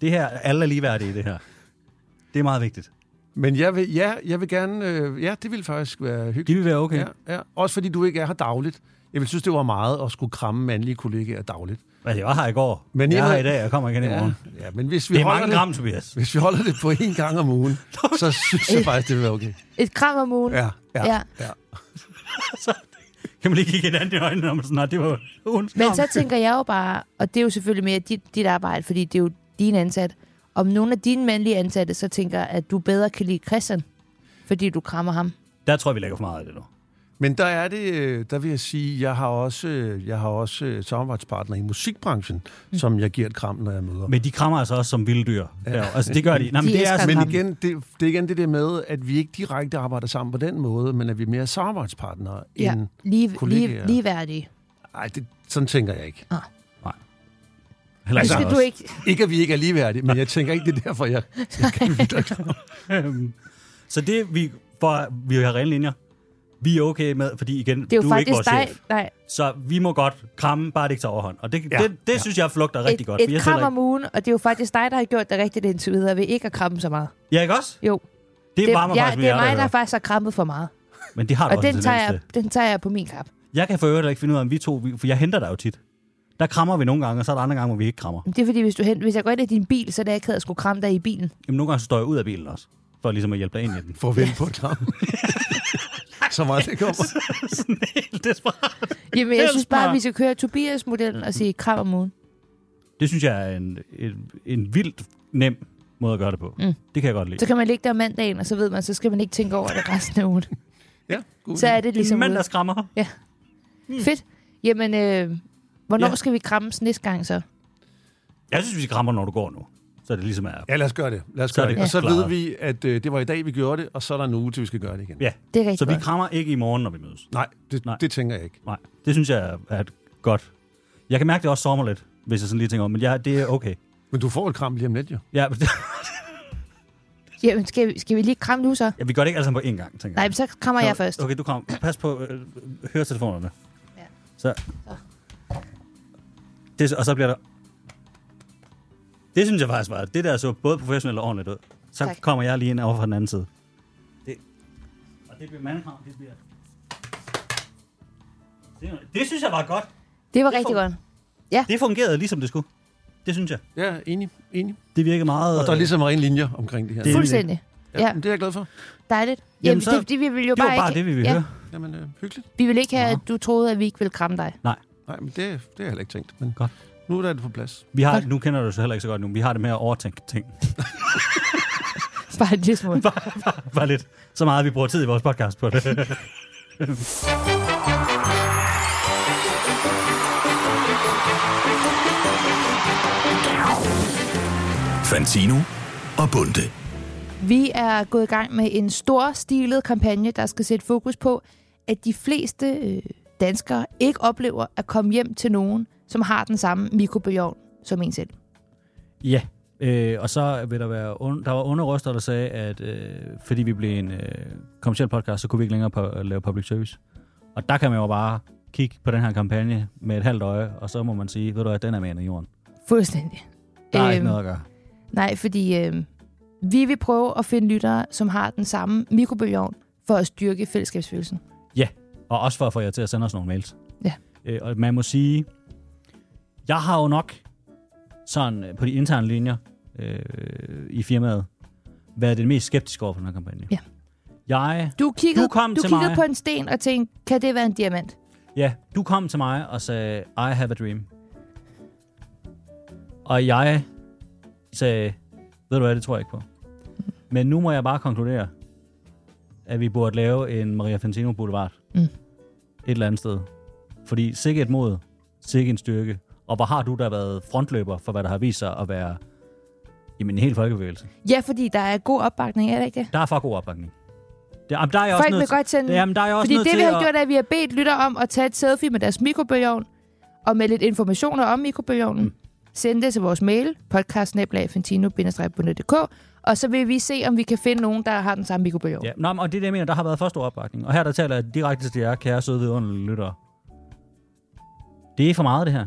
B: Det her, alle er ligeværdige i det her. Det er meget vigtigt.
G: Men jeg vil, ja, jeg vil gerne... Øh, ja, det ville faktisk være hyggeligt.
B: Det vil være okay.
G: Ja, ja. Også fordi du ikke er her dagligt. Jeg vil synes, det var meget at skulle kramme mandlige kollegaer dagligt.
B: Altså, jeg var her i går. Men
G: Men
B: jeg er
G: I-
B: her i dag, og jeg kommer igen i morgen. Ja.
G: ja men hvis vi
B: Det er
G: holder
B: mange
G: det-
B: gram, Tobias.
G: Hvis vi holder det på én gang om ugen, så synes jeg faktisk, det vil være okay.
C: Et kram om ugen.
G: Ja,
C: Ja.
G: ja, ja. ja.
B: Altså, Kan man lige kigge hinanden i øjnene, om sådan, nej, det var ugens
C: Men
B: navn."
C: så tænker jeg jo bare, og det er jo selvfølgelig mere dit, dit arbejde, fordi det er jo din ansat. Om nogle af dine mandlige ansatte så tænker, at du bedre kan lide Christian, fordi du krammer ham.
B: Der tror jeg, vi lægger for meget af det nu.
G: Men der er det, øh, der vil jeg sige, jeg har også, øh, jeg har også øh, samarbejdspartnere i musikbranchen, mm. som jeg giver et kram, når jeg møder. Men,
B: Men de krammer altså også som vilde dyr. Ja. Altså, det gør de. Nej, men
C: De
B: det er
C: elsker
B: sådan,
C: kram.
G: men igen, det, det er igen det der med, at vi ikke direkte arbejder sammen på den måde, men at vi er mere samarbejdspartnere ja. end...
C: lige, lige,
G: kollegaer.
C: ligeværdige.
G: Ej, det, sådan tænker jeg ikke.
B: heller
C: Nu
B: ikke
C: skal
B: os.
C: du ikke...
G: Ikke, at vi ikke er ligeværdige, men jeg tænker ikke, det er derfor, jeg...
B: Øhm, Så det, vi, for, vi har rene linjer. Vi er okay med, fordi igen,
C: Det er jo
B: du er ikke
C: faktisk
B: vores
C: dig.
B: chef.
C: Nej,
B: Så vi må godt kramme, bare det ikke tager overhånd. Og det, ja.
G: Ja.
B: det, det ja. synes jeg flugter rigtig
C: et,
B: godt. for
C: et
B: jeg
C: kram
B: sidder
C: om ugen, og det er jo faktisk dig, der har gjort det rigtigt indtil videre, ved ikke at kramme så meget.
B: ikke... Ja, ikke også?
C: Jo,
B: Det, det varmer
C: ja,
B: faktisk mit
C: det er
B: hjerte
C: mig,
B: at
C: der
B: høre.
C: faktisk har krammet for meget.
B: Men det har du
C: Og
B: også
C: den
B: en
C: tager,
B: tendens
C: jeg,
B: til.
C: den tager jeg på min kap.
B: Jeg kan for øvrigt ikke finde ud af, om vi to... vi- For jeg henter dig jo tit. Der krammer vi nogle gange, og så er der andre gange, hvor vi ikke krammer.
C: Men Det er fordi, hvis, du hen, hvis jeg går ind i din bil, så er det ikke, at jeg skulle kramme dig i bilen.
B: Jamen, nogle gange så står jeg ud af bilen også, for ligesom at hjælpe dig ind i den.
G: For at vente på et kram. Så meget det kommer.
B: Sådan helt desperat.
C: Jamen, jeg
B: Helst
C: synes bare,
B: mig.
C: at vi skal køre Tobias-modellen og sige kram om ugen.
B: Det synes jeg er en, en, en vildt nem måde at gøre det på. Mm. Det kan jeg godt lide.
C: Så kan man ligge der om mandagen, og så ved man, så skal man ikke tænke over det resten af ugen.
G: Ja, god.
C: Så er det ligesom
B: en mand,
C: ude.
B: der skræmmer.
C: Fedt. Jamen, øh, hvornår
G: Ja.
C: skal vi krammes næste gang så?
B: Jeg synes, vi skræmmer, når du går nu. Så det ligesom er...
G: Ja, lad os gøre det. Lad os
B: Så er
G: gøre
B: det
G: det. Og så
B: klaret.
G: ved vi, at øh, det var i dag, vi gjorde det, og så er der en uge til, vi skal gøre det igen.
B: Ja,
C: Det er rigtig
B: så vi
C: godt.
B: krammer ikke i morgen, når vi mødes.
G: Nej, det,
B: Nej.
G: det tænker jeg ikke.
B: Nej, det synes jeg er et godt. Jeg kan mærke, det også sommer lidt, hvis jeg sådan lige tænker om, men ja, det er okay.
G: Men du får et kram lige om lidt, jo.
B: Ja,
C: Jamen, skal, vi- skal vi lige kramme nu så?
B: ja, vi gør det ikke alle sammen på én gang, tænker
C: Nej,
B: jeg.
C: men så krammer jeg
B: Så-
C: først.
B: Okay, du kom. Pas på øh, høretelefonerne.
C: Ja.
B: Så. Det, og så bliver der... Det synes jeg faktisk var. Det der så både professionelt og ordentligt ud. Så
C: Tak.
B: kommer jeg lige ind over fra den anden side. Det. Og det bliver mandekram, det bliver... Det, det synes jeg var godt.
C: Det var
B: Det
C: rigtig
B: får-
C: godt.
B: Det fungerede ligesom det skulle. Det synes jeg.
G: Ja, enig. enig.
B: Det virkede meget...
G: Og der er ligesom rene linjer omkring det her.
B: Det er-
C: Fuldstændig. Ja,
G: men det er jeg glad for.
C: dejligt. Jamen, Jamen
B: så-
C: så, det, det, vi ville jo
B: det var
C: bare,
B: bare
C: ikke,
B: det, vi ville
C: ja,
B: høre.
G: Jamen, øh, hyggeligt.
C: Vi ville ikke have, at du troede, at vi ikke ville kramme dig.
G: Nej, men det, det har jeg heller ikke tænkt. Men
B: Godt.
G: nu er det på plads.
B: Vi har, nu kender du det så heller ikke så godt nu. men Vi har det med at overtænke ting.
C: Bare en lille smule.
B: Bare lidt. Så meget, vi bruger tid i vores podcast på det.
A: Fantino og Bunde.
C: Vi er gået i gang med en stor stilet kampagne, der skal sætte fokus på, at de fleste øh, danskere ikke oplever at komme hjem til nogen, som har den samme mikrobiom som en selv.
B: Ja, øh, og så vil der være un- der var underrøster, der sagde, at øh, fordi vi blev en øh, kommersiel podcast, så kunne vi ikke længere pu- lave public service. Og der kan man jo bare kigge på den her kampagne med et halvt øje, og så må man sige, ved du hvad, den er med ind i jorden.
C: Fuldstændig.
B: Der er
C: Øhm,
B: ikke noget at gøre.
C: Nej, fordi øh, vi vil prøve at finde lyttere, som har den samme mikrobiom, for at styrke fællesskabsfølelsen.
B: Og også for at få jer til at sende os nogle mails.
C: Ja.
B: Øh, og man må sige, jeg har jo nok sådan øh, på de interne linjer øh, i firmaet været den mest skeptiske over for den her kampagne.
C: Ja.
B: Jeg
C: Du kiggede,
B: Du kom
C: du
B: til
C: kiggede
B: mig.
C: på en sten og tænkte, kan det være en diamant?
B: Ja, du kom til mig og sagde, I have a dream. Og jeg sagde, ved du hvad, det tror jeg ikke på. Men nu må jeg bare konkludere, at vi burde lave en Maria Fantino Boulevard.
C: Mm.
B: Et eller andet sted. Fordi sikke et mod, sikke en styrke. Og hvor har du da været frontløber for, hvad der har vist sig at være jamen, en hel folkebevægelse.
C: Ja, fordi der er god opbakning, er det ikke det?
B: Der er for god opbakning. Der, jamen, der er jeg også
C: Folk vil
B: nødt til,
C: godt sende...
B: jamen, der er jeg også
C: Fordi
B: nødt
C: det,
B: til
C: vi har
B: at,
C: gjort, er, at vi har bedt lytter om at tage et selfie med deres mikrobiom, og med lidt informationer om mikrobiomen, mm. sende det til vores mail, podcastsnabelagfantino-bundet.dk, og så vil vi se, om vi kan finde nogen, der har den samme mikrobiom.
B: Ja, nå, men- og det er det, jeg mener, der har været for stor opbakning. Og her der taler jeg direkte til jer, kære søde vidunderlige lyttere. Det er for meget, det her.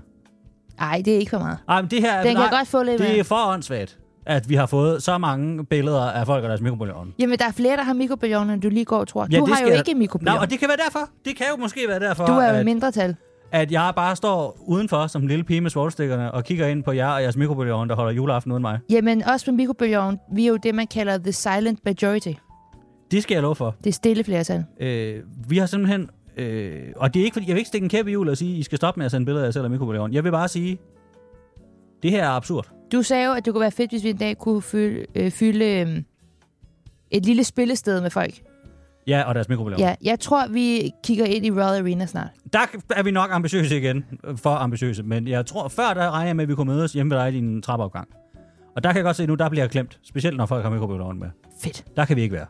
C: Nej, det er ikke for meget.
B: Ej, men det her er,
C: Den kan
B: nej,
C: jeg godt få lidt
B: det er
C: af.
B: for åndssvagt, at vi har fået så mange billeder af folk og deres mikrobiom.
C: Jamen, der er flere, der har mikrobiom, end du lige går og tror.
B: Ja,
C: du
B: det
C: har jo
B: skal-
C: ikke mikrobiom.
B: Nej, og det kan være derfor. Det kan jo måske være derfor,
C: Du er jo i
B: at,
C: mindretal.
B: at jeg bare står udenfor som en lille pige med svolstikkerne og kigger ind på jer og jeres mikrobiom, der holder juleaften uden mig.
C: Jamen, også med mikrobiom, vi er jo det, man kalder the silent majority.
B: Det skal jeg love for.
C: Det er stille flertal.
B: Øh, vi har simpelthen... Øh, og det er ikke, fordi jeg vil ikke stikke en kæppe i hjulet og sige, I skal stoppe med at sende billeder af jer selv og mikrobiom. Jeg vil bare sige, det her er absurd.
C: Du sagde jo, at det kunne være fedt, hvis vi en dag kunne fylde, øh, fylde øh, et lille spillested med folk.
B: Ja, og deres mikrobiom.
C: Ja, jeg tror, vi kigger ind i Royal Arena snart.
B: der er vi nok ambitiøse igen. For ambitiøse. Men jeg tror, før der regner jeg med, at vi kunne mødes hjemme ved dig i din trappeopgang. Og der kan jeg godt se nu, der bliver jeg klemt. Specielt når folk har mikrobiologen med.
C: Fedt.
B: Der kan vi ikke være.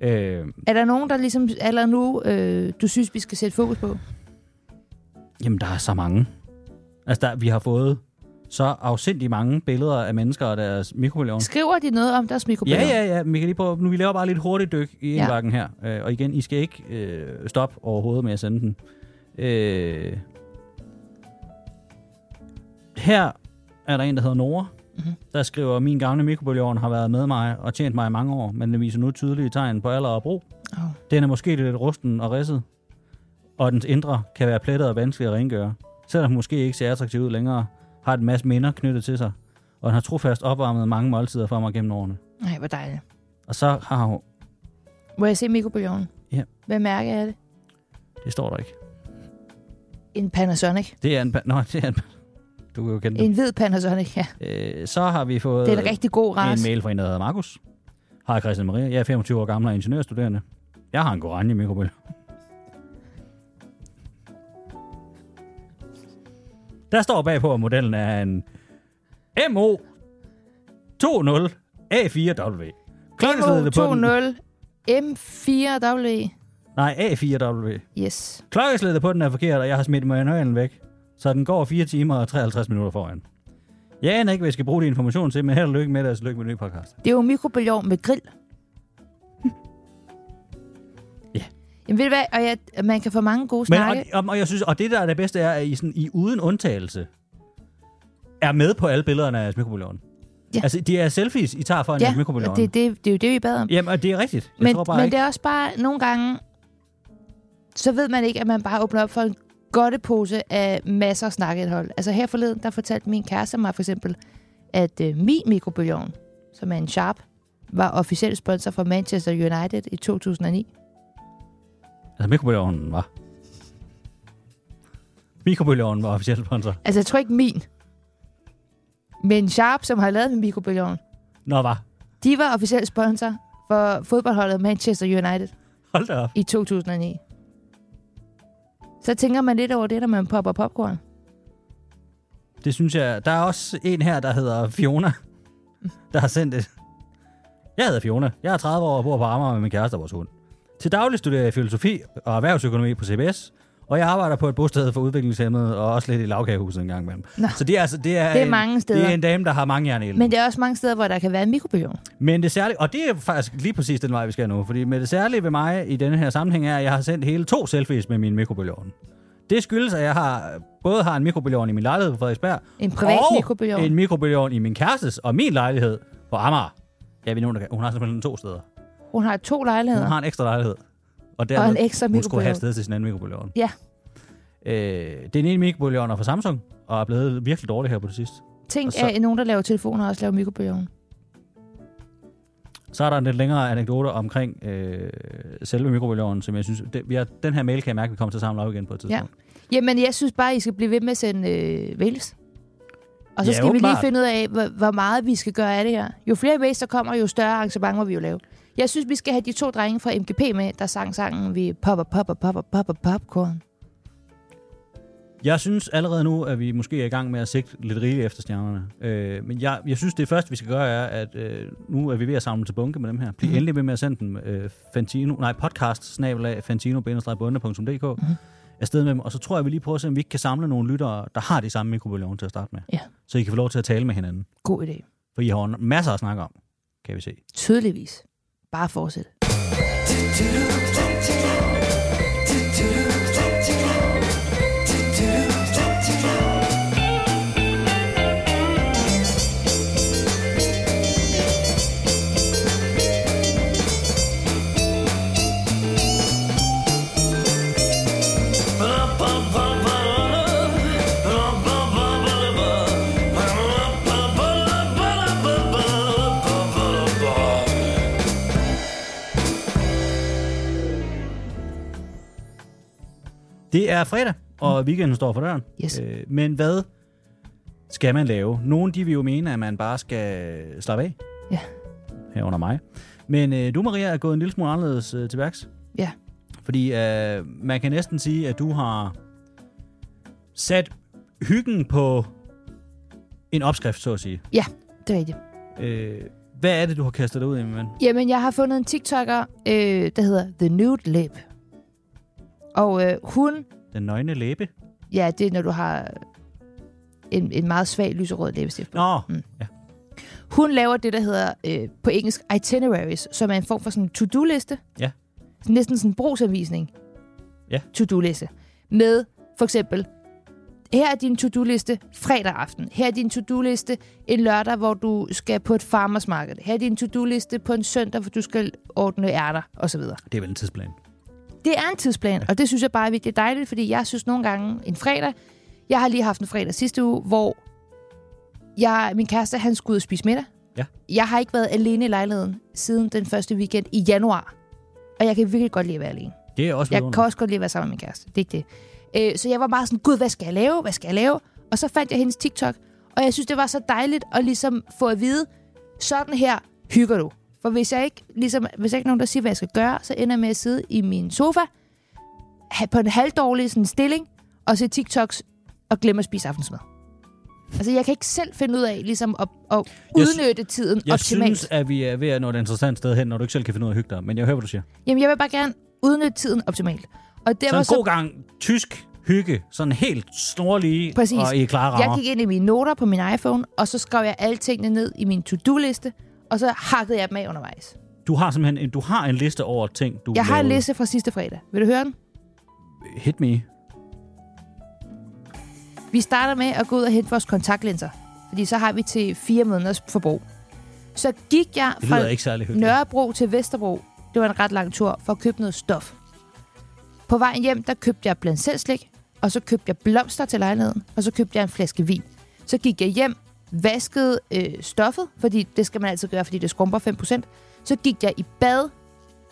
B: Øh,
C: Er der nogen, der ligesom allerede nu, øh, du synes, vi skal sætte fokus på?
B: jamen, der er så mange. Altså, der, vi har fået så afsindig mange billeder af mennesker og deres mikrobiologen.
C: Skriver de noget om deres mikrobiom?
B: Ja, ja, ja. Men Vi kan lige prøve. Nu vi laver bare lidt hurtigt dyk i
C: Ja.
B: indbakken her. Øh, og igen, I skal ikke øh, stoppe overhovedet med at sende den. Øh, her er der en, der hedder Nora, mm-hmm. der skriver, min gamle mikrobølgeovn har været med mig og tjent mig i mange år, men den viser nu tydelige tegn på alder og brug.
C: Åh.
B: Den er måske lidt rusten og ridset, og dens indre kan være plettet og vanskelig at rengøre. Selvom den måske ikke ser attraktiv ud længere, har den masse minder knyttet til sig, og den har trofast opvarmet mange måltider for mig gennem årene.
C: Nej, hvor dejligt.
B: Og så har hun...
C: Må jeg se mikrobiomen?
B: Ja.
C: Hvad mærke er det?
B: Det står der ikke.
C: En Panasonic.
B: Det er en... pa- Nå, det er en... pa- Du kan jo kende
C: En
B: den.
C: hvid Panasonic, ja.
B: Øh, så har vi fået
C: Det er en rigtig god
B: en
C: race.
B: mail fra en, der hedder Markus. Hej Christian Maria. Jeg er 25 år gammel og ingeniørstuderende. Jeg har en Goranje mikrobølge. Der står bagpå, at modellen er en MO 2-0 A4W. Klokkeslædende på den...
C: 2-0 M4W.
B: Nej, A4W.
C: Yes.
B: Klokkeslædende på den er forkert, og jeg har smidt manualen væk. Så den går 4 timer og 53 minutter foran. Jeg aner ikke, hvad jeg skal bruge din information til, men held og lykke med det, og lykke med den nye podcast.
C: Det er jo mikrobølgeovn med grill.
B: Ja.
C: Jamen ved du hvad, og jeg, man kan få mange gode
B: Men,
C: snakke.
B: og, og, og, jeg synes, og det, der er det bedste, er, at I, sådan, I uden undtagelse er med på alle billederne af jeres mikrobølgeovn.
C: Ja.
B: Altså, det er selfies, I tager for en
C: ja,
B: jeres
C: og
B: mikrobølgeovn.
C: det, det, det er jo det, vi bad om.
B: Jamen, og det er rigtigt. Jeg
C: men
B: tror bare
C: men
B: ikke.
C: det er også bare nogle gange, så ved man ikke, at man bare åbner op for en godtepose af masser af snakkeindhold. Altså her forleden, der fortalte min kæreste mig for eksempel, at øh, min mikrobølgeovn, som er en Sharp, var officiel sponsor for Manchester United i 2009.
B: Altså, mikrobølgeovnen var. Mikrobølgeovnen var officiel sponsor.
C: Altså jeg tror ikke min, men Sharp, som har lavet min mikrobølgeovn,
B: Nå, var.
C: de var officiel sponsor for fodboldholdet Manchester United
B: Hold da op.
C: i 2009. Så tænker man lidt over det, når man popper popcorn.
B: Det synes jeg. Der er også en her, der hedder Fiona, der har sendt et. Jeg hedder Fiona. Jeg er 30 år og bor på Amager med min kæreste og vores hund. Til daglig studerer jeg filosofi og erhvervsøkonomi på CBS, og jeg arbejder på et bosted for udviklingshemmede og også lidt i lavkagehuset en gang imellem.
C: Nå.
B: Så det er, altså, det er,
C: Det er
B: en,
C: mange steder.
B: Det er en dame, der har mange jern i elden.
C: Men det er også mange steder, hvor der kan være en mikrobølgeovn.
B: Men det særlige, og det er faktisk lige præcis den vej, vi skal nu, fordi med det særlige ved mig i denne her sammenhæng er, at jeg har sendt hele to selfies med min mikrobølgeovn. Det skyldes, at jeg har, både har en mikrobølgeovn i min lejlighed på Frederiksberg,
C: En privat
B: og
C: mikrobølgeovn.
B: en mikrobølgeovn i min kærestes og min lejlighed på Amager. Ja, vi nogen, der kan. Hun har simpelthen to steder.
C: Hun har to lejligheder.
B: Hun har en ekstra lejlighed. Og, dermed,
C: en ekstra
B: Hun skulle have
C: mikrobølgeovn.
B: et sted til sin anden mikrobølgeovn.
C: Ja.
B: Øh, den ene mikrobølgeovn er fra Samsung, og er blevet virkelig dårlig her på det sidste.
C: Tænk,
B: og så-
C: at nogen, der laver telefoner, også laver mikrobølgeovn.
B: Så er der en lidt længere anekdote omkring øh, selve mikrobølgeovnen, som jeg synes... Det, vi har, den her mail kan jeg mærke, at vi kommer til at samle op igen på et tidspunkt. Ja.
C: Jamen, jeg synes bare, I skal blive ved med at sende øh, mails. Og så
B: Ja,
C: skal vi lige
B: åbenbart.
C: finde ud af, hvor, hvor meget vi skal gøre af det her. Jo flere mails, der kommer, jo større arrangement må vi jo lave. Jeg synes, vi skal have de to drenge fra MGP med, der sang sangen, vi popper, popper, popper, popper, popcorn.
B: Jeg synes allerede nu, at vi måske er i gang med at sigte lidt rigeligt efter stjernerne. Øh, men jeg, jeg synes, det første, vi skal gøre, er, at øh, nu er vi ved at samle til bunke med dem her. Bliv endelig ved med at sende dem. Øh, Fantino, nej, podcast fantino mm-hmm. afsted med dem. Og så tror jeg, vi lige prøver at se, om vi ikke kan samle nogle lyttere, der har de samme mikrobølgeovne til at starte med.
C: Ja.
B: Så I kan få lov til at tale med hinanden.
C: God idé.
B: For I har masser at snakke om, kan vi se.
C: Tydeligvis. Bare fortsæt.
B: Det er fredag, og weekenden står for døren.
C: Mm. Yes.
B: Øh, men hvad skal man lave? Nogle de vil jo mene, at man bare skal slappe af.
C: Ja.
B: Herunder mig. Men øh, du, Maria, er gået en lille smule anderledes øh, til værks.
C: Ja.
B: Fordi øh, man kan næsten sige, at du har sat hyggen på en opskrift, så at sige.
C: Ja, det er rigtigt.
B: Øh, hvad er det, du har kastet dig ud i, min ven?
C: Jamen, jeg har fundet en TikToker, øh, der hedder The Nude Lab. Og øh, hun,
B: Den nøgne læbe?
C: ja, det er, når du har en, en meget svag lyserød læbestift. på.
B: Nå,
C: Mm.
B: mm. ja.
C: Hun laver det, der hedder øh, på engelsk itineraries, som er en form for sådan en to-do-liste.
B: Ja.
C: Sådan Næsten sådan en brugsanvisning.
B: Ja.
C: To-do-liste. Med for eksempel, her er din to-do-liste fredag aften. Her er din to-do-liste en lørdag, hvor du skal på et farmersmarked. Her er din to-do-liste på en søndag, hvor du skal ordne ærter osv.
B: det er vel en tidsplan.
C: Det er en tidsplan, og det synes jeg bare er virkelig dejligt, fordi jeg synes nogle gange en fredag, jeg har lige haft en fredag sidste uge, hvor jeg, min kæreste, han skulle ud og spise middag.
B: Ja.
C: Jeg har ikke været alene i lejligheden siden den første weekend i januar. Og jeg kan virkelig godt lide at være alene.
B: Det er også
C: Jeg
B: vidunderligt.
C: kan også godt lide at være sammen med min kæreste. Det er ikke det. Øh, så jeg var bare sådan, gud, hvad skal jeg lave? Hvad skal jeg lave? Og så fandt jeg hendes TikTok, og jeg synes, det var så dejligt at ligesom få at vide, sådan her hygger du. For hvis jeg ikke, ligesom, hvis jeg ikke er nogen, der siger, hvad jeg skal gøre, så ender jeg med at sidde i min sofa, ha- på en halvdårlig sådan, stilling, og se TikToks og glemme at spise aftensmad. Altså, jeg kan ikke selv finde ud af ligesom at, at
B: Jeg sy-
C: udnytte tiden
B: Jeg
C: optimalt.
B: synes, at vi er ved at nå et interessant sted hen, når du ikke selv kan finde ud af at hygge dig. Men jeg hører, hvad du siger.
C: Jamen, jeg vil bare gerne udnytte tiden optimalt. Og
B: Så
C: derfor
B: en god gang tysk hygge. Sådan helt snorlige
C: Præcis.
B: og i klare
C: Jeg
B: rammer.
C: gik ind i mine noter på min iPhone, og så skrev jeg alle tingene ned i min to-do-liste, og så hakkede jeg dem af undervejs.
B: Du har simpelthen en, du har en liste over ting, du
C: Jeg har en
B: lavede.
C: liste fra sidste fredag. Vil du høre den?
B: Hit me.
C: Vi starter med at gå ud og hente vores kontaktlinser, fordi så har vi til fire måneders forbrug. Så gik jeg
B: Det
C: fra
B: lyder ikke særlig hyggeligt.
C: Nørrebro til Vesterbro. Det var en ret lang tur for at købe noget stof. På vejen hjem, der købte jeg blandt selv slik, og så købte jeg blomster til lejligheden, og så købte jeg en flaske vin. Så gik jeg hjem, vaskede øh, stoffet, fordi det skal man altid gøre, fordi det skrumper 5%. Så gik jeg i bad,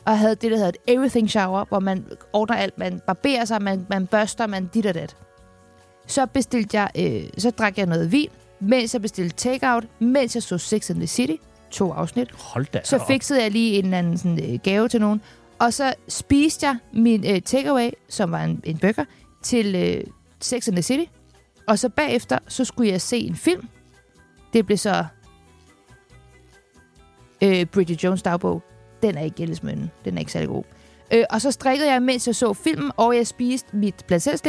C: og havde det, der hedder et everything shower, hvor man ordner alt. Man barberer sig, man, man børster, man dit og dat. Så bestilte jeg, øh, så drak jeg noget vin, mens jeg bestilte takeout, mens jeg så Sex and the City, to afsnit.
B: Hold da
C: Så
B: op.
C: fikset jeg lige en eller anden sådan, øh, gave til nogen. Og så spiste jeg min øh, takeaway, som var en, en burger, til øh, Sex and the City. Og så bagefter, så skulle jeg se en film. Det blev så øh, Bridget Jones dagbog. Den er ikke gældesmønnen. Den er ikke særlig god. Øh, og så strikkede jeg, mens jeg så filmen, og jeg spiste mit blandt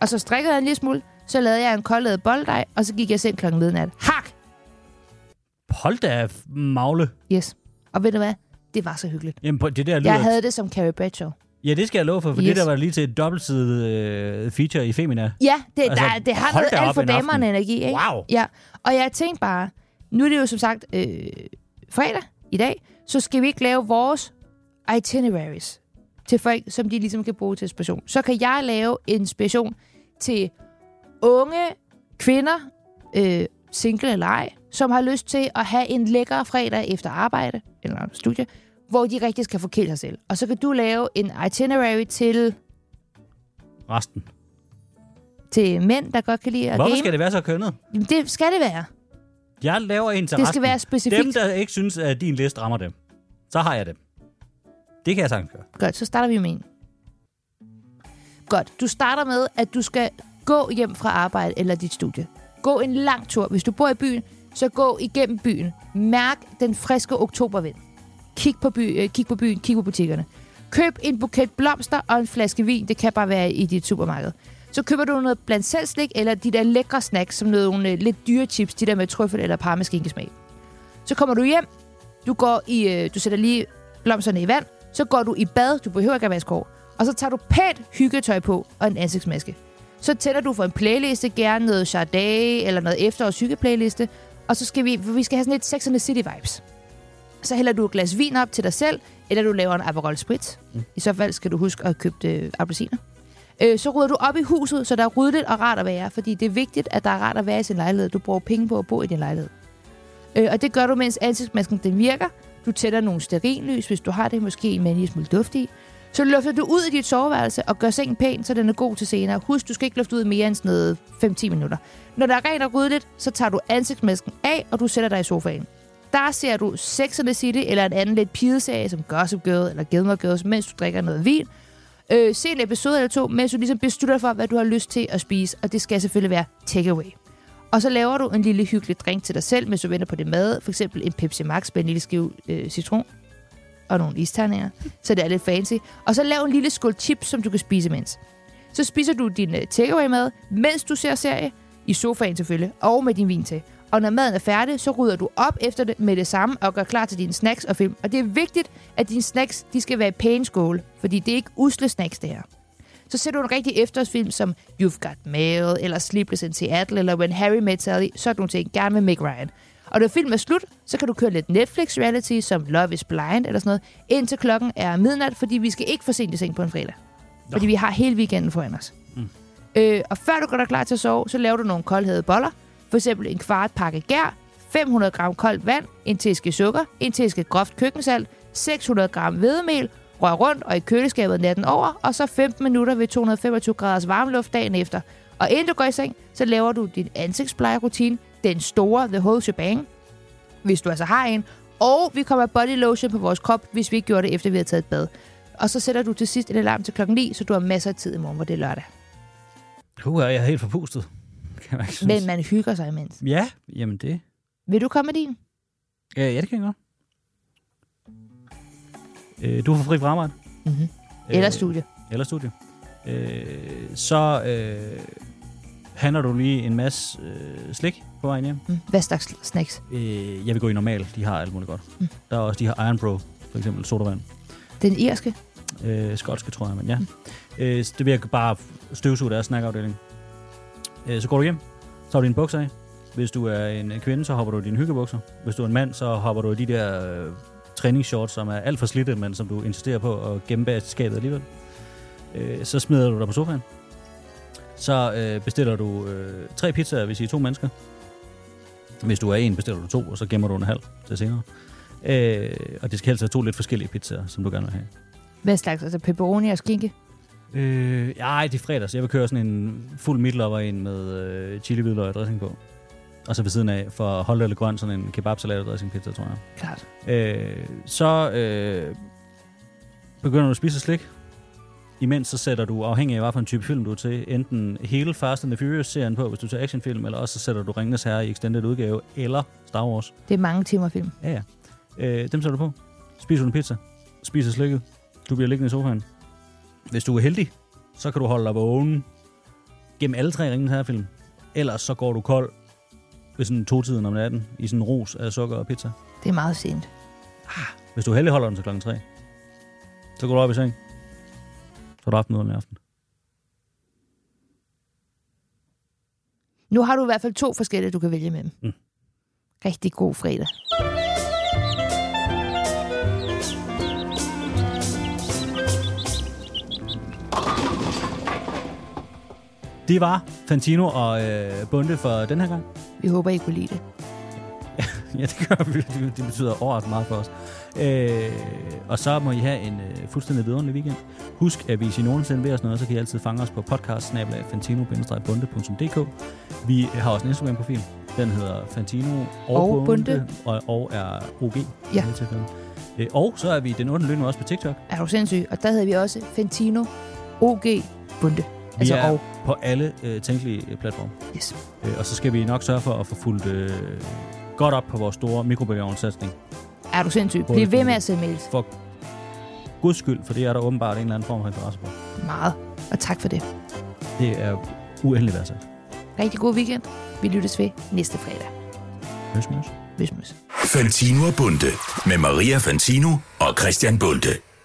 C: Og så strikkede jeg en lille smule. Så lavede jeg en koldlavet bolddej, og så gik jeg selv klokken midnat. Hak!
B: Hold da f- magle.
C: Yes. Og ved du hvad? Det var så hyggeligt.
B: Jamen, på- det der lyder...
C: Jeg havde det som Carrie Bradshaw.
B: Ja, det skal jeg love for, for yes. det
C: Yes.
B: der var lige til et dobbeltsidet øh, feature i Femina.
C: Ja, det,
B: Altså,
C: altså, der, det har
B: hold
C: noget
B: da op
C: alt for
B: en aften.
C: damerne energi, ikke?
B: Wow.
C: Ja, og jeg tænkte bare, nu er det jo som sagt øh, fredag i dag, så skal vi ikke lave vores itineraries til folk, som de ligesom kan bruge til inspiration. Så kan jeg lave inspiration til unge kvinder, øh, single eller ej, som har lyst til at have en lækker fredag efter arbejde eller studie, hvor de rigtig skal forkæle sig selv. Og så kan du lave en itinerary til,
B: Resten.
C: til mænd, der godt kan lide at
B: Hvorfor
C: game.
B: skal det være så kønnet?
C: Jamen, det skal det være.
B: Jeg laver en til
C: Det
B: resten.
C: skal være
B: Dem,
C: specifikt.
B: der ikke synes, at din liste rammer dem, så har jeg dem. Det kan jeg sagtens gøre.
C: Godt, så starter vi med en. Godt, du starter med, at du skal gå hjem fra arbejde eller dit studie. Gå en lang tur. Hvis du bor i byen, så gå igennem byen. Mærk den friske oktobervind. Kig på, by, øh, kig på byen, kig på butikkerne. Køb en buket blomster og en flaske vin. Det kan bare være i dit supermarked. Så køber du noget blandt selv slik, eller de der lækre snacks, som nogle øh, lidt dyre chips, de der med trøffel eller parmeskinkesmag. Så kommer du hjem, du går i, øh, du sætter lige blomsterne i vand, så går du i bad, du behøver ikke at vaske hår, og så tager du pænt hyggetøj på og en ansigtsmaske. Så tænder du for en playliste, gerne noget Sade eller noget efterårs hyggeplayliste, og så skal vi, vi skal have sådan lidt Sex and the City vibes. Så hælder du et glas vin op til dig selv, eller du laver en Aperol Spritz. I så fald skal du huske at købe øh, appelsiner. Øh, så rydder du op i huset, så der er ryddeligt og rart at være, fordi det er vigtigt, at der er rart at være i sin lejlighed. Du bruger penge på at bo i din lejlighed. Øh, og det gør du, mens ansigtsmasken den virker. Du tænder nogle sterinlys, hvis du har det, måske med en lille smule duft i. Så lufter du ud i dit soveværelse og gør sengen pæn, så den er god til senere. Husk, du skal ikke lufte ud mere end sådan noget 5-10 minutter. Når der er rent og ryddeligt, så tager du ansigtsmasken af, og du sætter dig i sofaen. Der ser du Sex and the City eller en anden lidt pideserie, som Gossip Girl eller Gilmore Girls, mens du drikker noget vin. Øh, se en episode eller to, mens du ligesom beslutter dig for, hvad du har lyst til at spise, og det skal selvfølgelig være takeaway. Og så laver du en lille hyggelig drink til dig selv, mens du venter på det mad. For eksempel en Pepsi Max med en lille skive øh, citron og nogle isterninger, så det er lidt fancy. Og så lav en lille skål chips, som du kan spise imens. Så spiser du din øh, takeaway-mad, mens du ser serie, i sofaen selvfølgelig, og med din vin til. Og når maden er færdig, så rydder du op efter det med det samme og gør klar til dine snacks og film. Og det er vigtigt, at dine snacks de skal være i pæne skåle, fordi det er ikke usle snacks, det her så ser du en rigtig efterårsfilm som You've Got Mail, eller Sleepless in Seattle, eller When Harry Met Sally, sådan nogle ting, gerne med Meg Ryan. Og når filmen er slut, så kan du køre lidt Netflix-reality, som Love is Blind eller sådan noget, indtil klokken er midnat, fordi vi skal ikke for sent i seng på en fredag. Fordi vi har hele weekenden foran os. Mm. Øh, og før du går dig klar til at sove, så laver du nogle koldhede boller. For eksempel en kvart pakke gær, 500 gram koldt vand, en teske sukker, en teske groft køkkensalt, 600 gram hvedemel, rør rundt og i køleskabet natten over, og så 15 minutter ved 225 graders varmluft dagen efter. Og inden du går i seng, så laver du din ansigtsplejerutine, den store The Whole Shebang, hvis du altså har en, og vi kommer body lotion på vores krop, hvis vi ikke gjorde det, efter vi har taget et bad. Og så sætter du til sidst en alarm til klokken 9, så du har masser af tid i morgen, hvor det er lørdag.
B: Uh, jeg er helt forpustet. kan man ikke synes.
C: Men man hygger sig imens.
B: Ja, jamen det.
C: Vil du komme med din?
B: Øh. Ja, ja det kan jeg godt. Øh, du får fri fremad.
C: Mhm. Eller studie.
B: Eller studie. Øh, så øh, handler du lige en masse øh, slik på vejen hjem.
C: Mm. Hvad slags snacks?
B: Øh, jeg vil gå i normal. De har alt muligt godt. Mm. Der er også de her Iron Bro, for eksempel sodavand.
C: Den irske?
B: Øh, skotske, tror jeg, men ja. Øh, så det vil jeg bare støvsuge deres snakafdeling. Øh, så går du hjem, tager du dine bukser af. Hvis du er en kvinde, så hopper du i dine hyggebukser. Hvis du er en mand, så hopper du i de der øh, træningsshorts, som er alt for slidte, men som du insisterer på at gemme bag skabet alligevel. Øh, så smider du dig på sofaen. Så øh, bestiller du øh, tre pizzaer, hvis I er to mennesker. Hvis du er en, bestiller du to, og så gemmer du en halv til senere. Øh, og det skal helst være to lidt forskellige pizzaer, som du gerne vil have.
C: Hvad slags? Altså pepperoni og skinke?
B: Øh, ej, det er fredags. Jeg vil køre sådan en fuld midtlopper ind med øh, chili hvidløg og dressing på. Og så ved siden af, for hold eller grøn, sådan en kebabsalat og dressingpizza, tror jeg.
C: Klart.
B: Øh, så øh, begynder du at spise slik. Imens så sætter du, afhængig af hvad for en type film du er til, enten hele Fast and the Furious-serien på, hvis du er til actionfilm, eller også så sætter du Ringenes Herre i extended udgave, eller Star Wars.
C: Det er mange timer film.
B: Ja, ja. Øh, dem sætter du på. Spiser du en pizza. Spiser slikket. Du bliver liggende i sofaen. Hvis du er heldig, så kan du holde dig vågen gennem alle tre Ringens Herre-film. Ellers så går du kold ved sådan to-tiden om natten i sådan en ros af sukker og pizza.
C: Det er meget sent.
B: Hvis du er heldig, holder den til klokken 3. Så går du op i seng. Så er du aften i aften.
C: Nu har du i hvert fald to forskellige, du kan vælge imellem.
B: Mm.
C: Rigtig god fredag.
B: Det var Fantino og øh, Bunde for den her gang.
C: Vi håber, I kunne lide det.
B: Ja, det gør vi. Det betyder overraskende meget for os. Øh, og så må I have en øh, fuldstændig vidunderlig weekend. Husk, at hvis I nogensinde ved os noget, så kan I altid fange os på podcast Vi har også en Instagram-profil. Den hedder Fantino og,
C: Og Bunde.
B: Og, og er OG. i
C: Ja.
B: det her tilfælde. Øh, og så er vi den 8. løn også på TikTok.
C: Er du sindssyg? Og der havde vi også Fentino, OG, Bunde.
B: Vi
C: Altså
B: er
C: og.
B: på alle øh, tænkelige øh, platforme.
C: Yes.
B: Øh, og så skal vi nok sørge for at få fuldt øh, godt op på vores store mikrobølgeovnsatsning.
C: Er du sindssyg?
B: Bunde,
C: Bliv ved med
B: Bunde.
C: at sende mails.
B: For guds skyld, for det er der åbenbart en eller anden form for interesse på.
C: Meget. Og tak for det.
B: Det er uendelig værdsat.
C: Rigtig god weekend. Vi lyttes ved næste fredag.
B: Høsmøs.
C: Hvis møs.
A: Fantino og Bunde med Maria Fantino og Christian Bunde.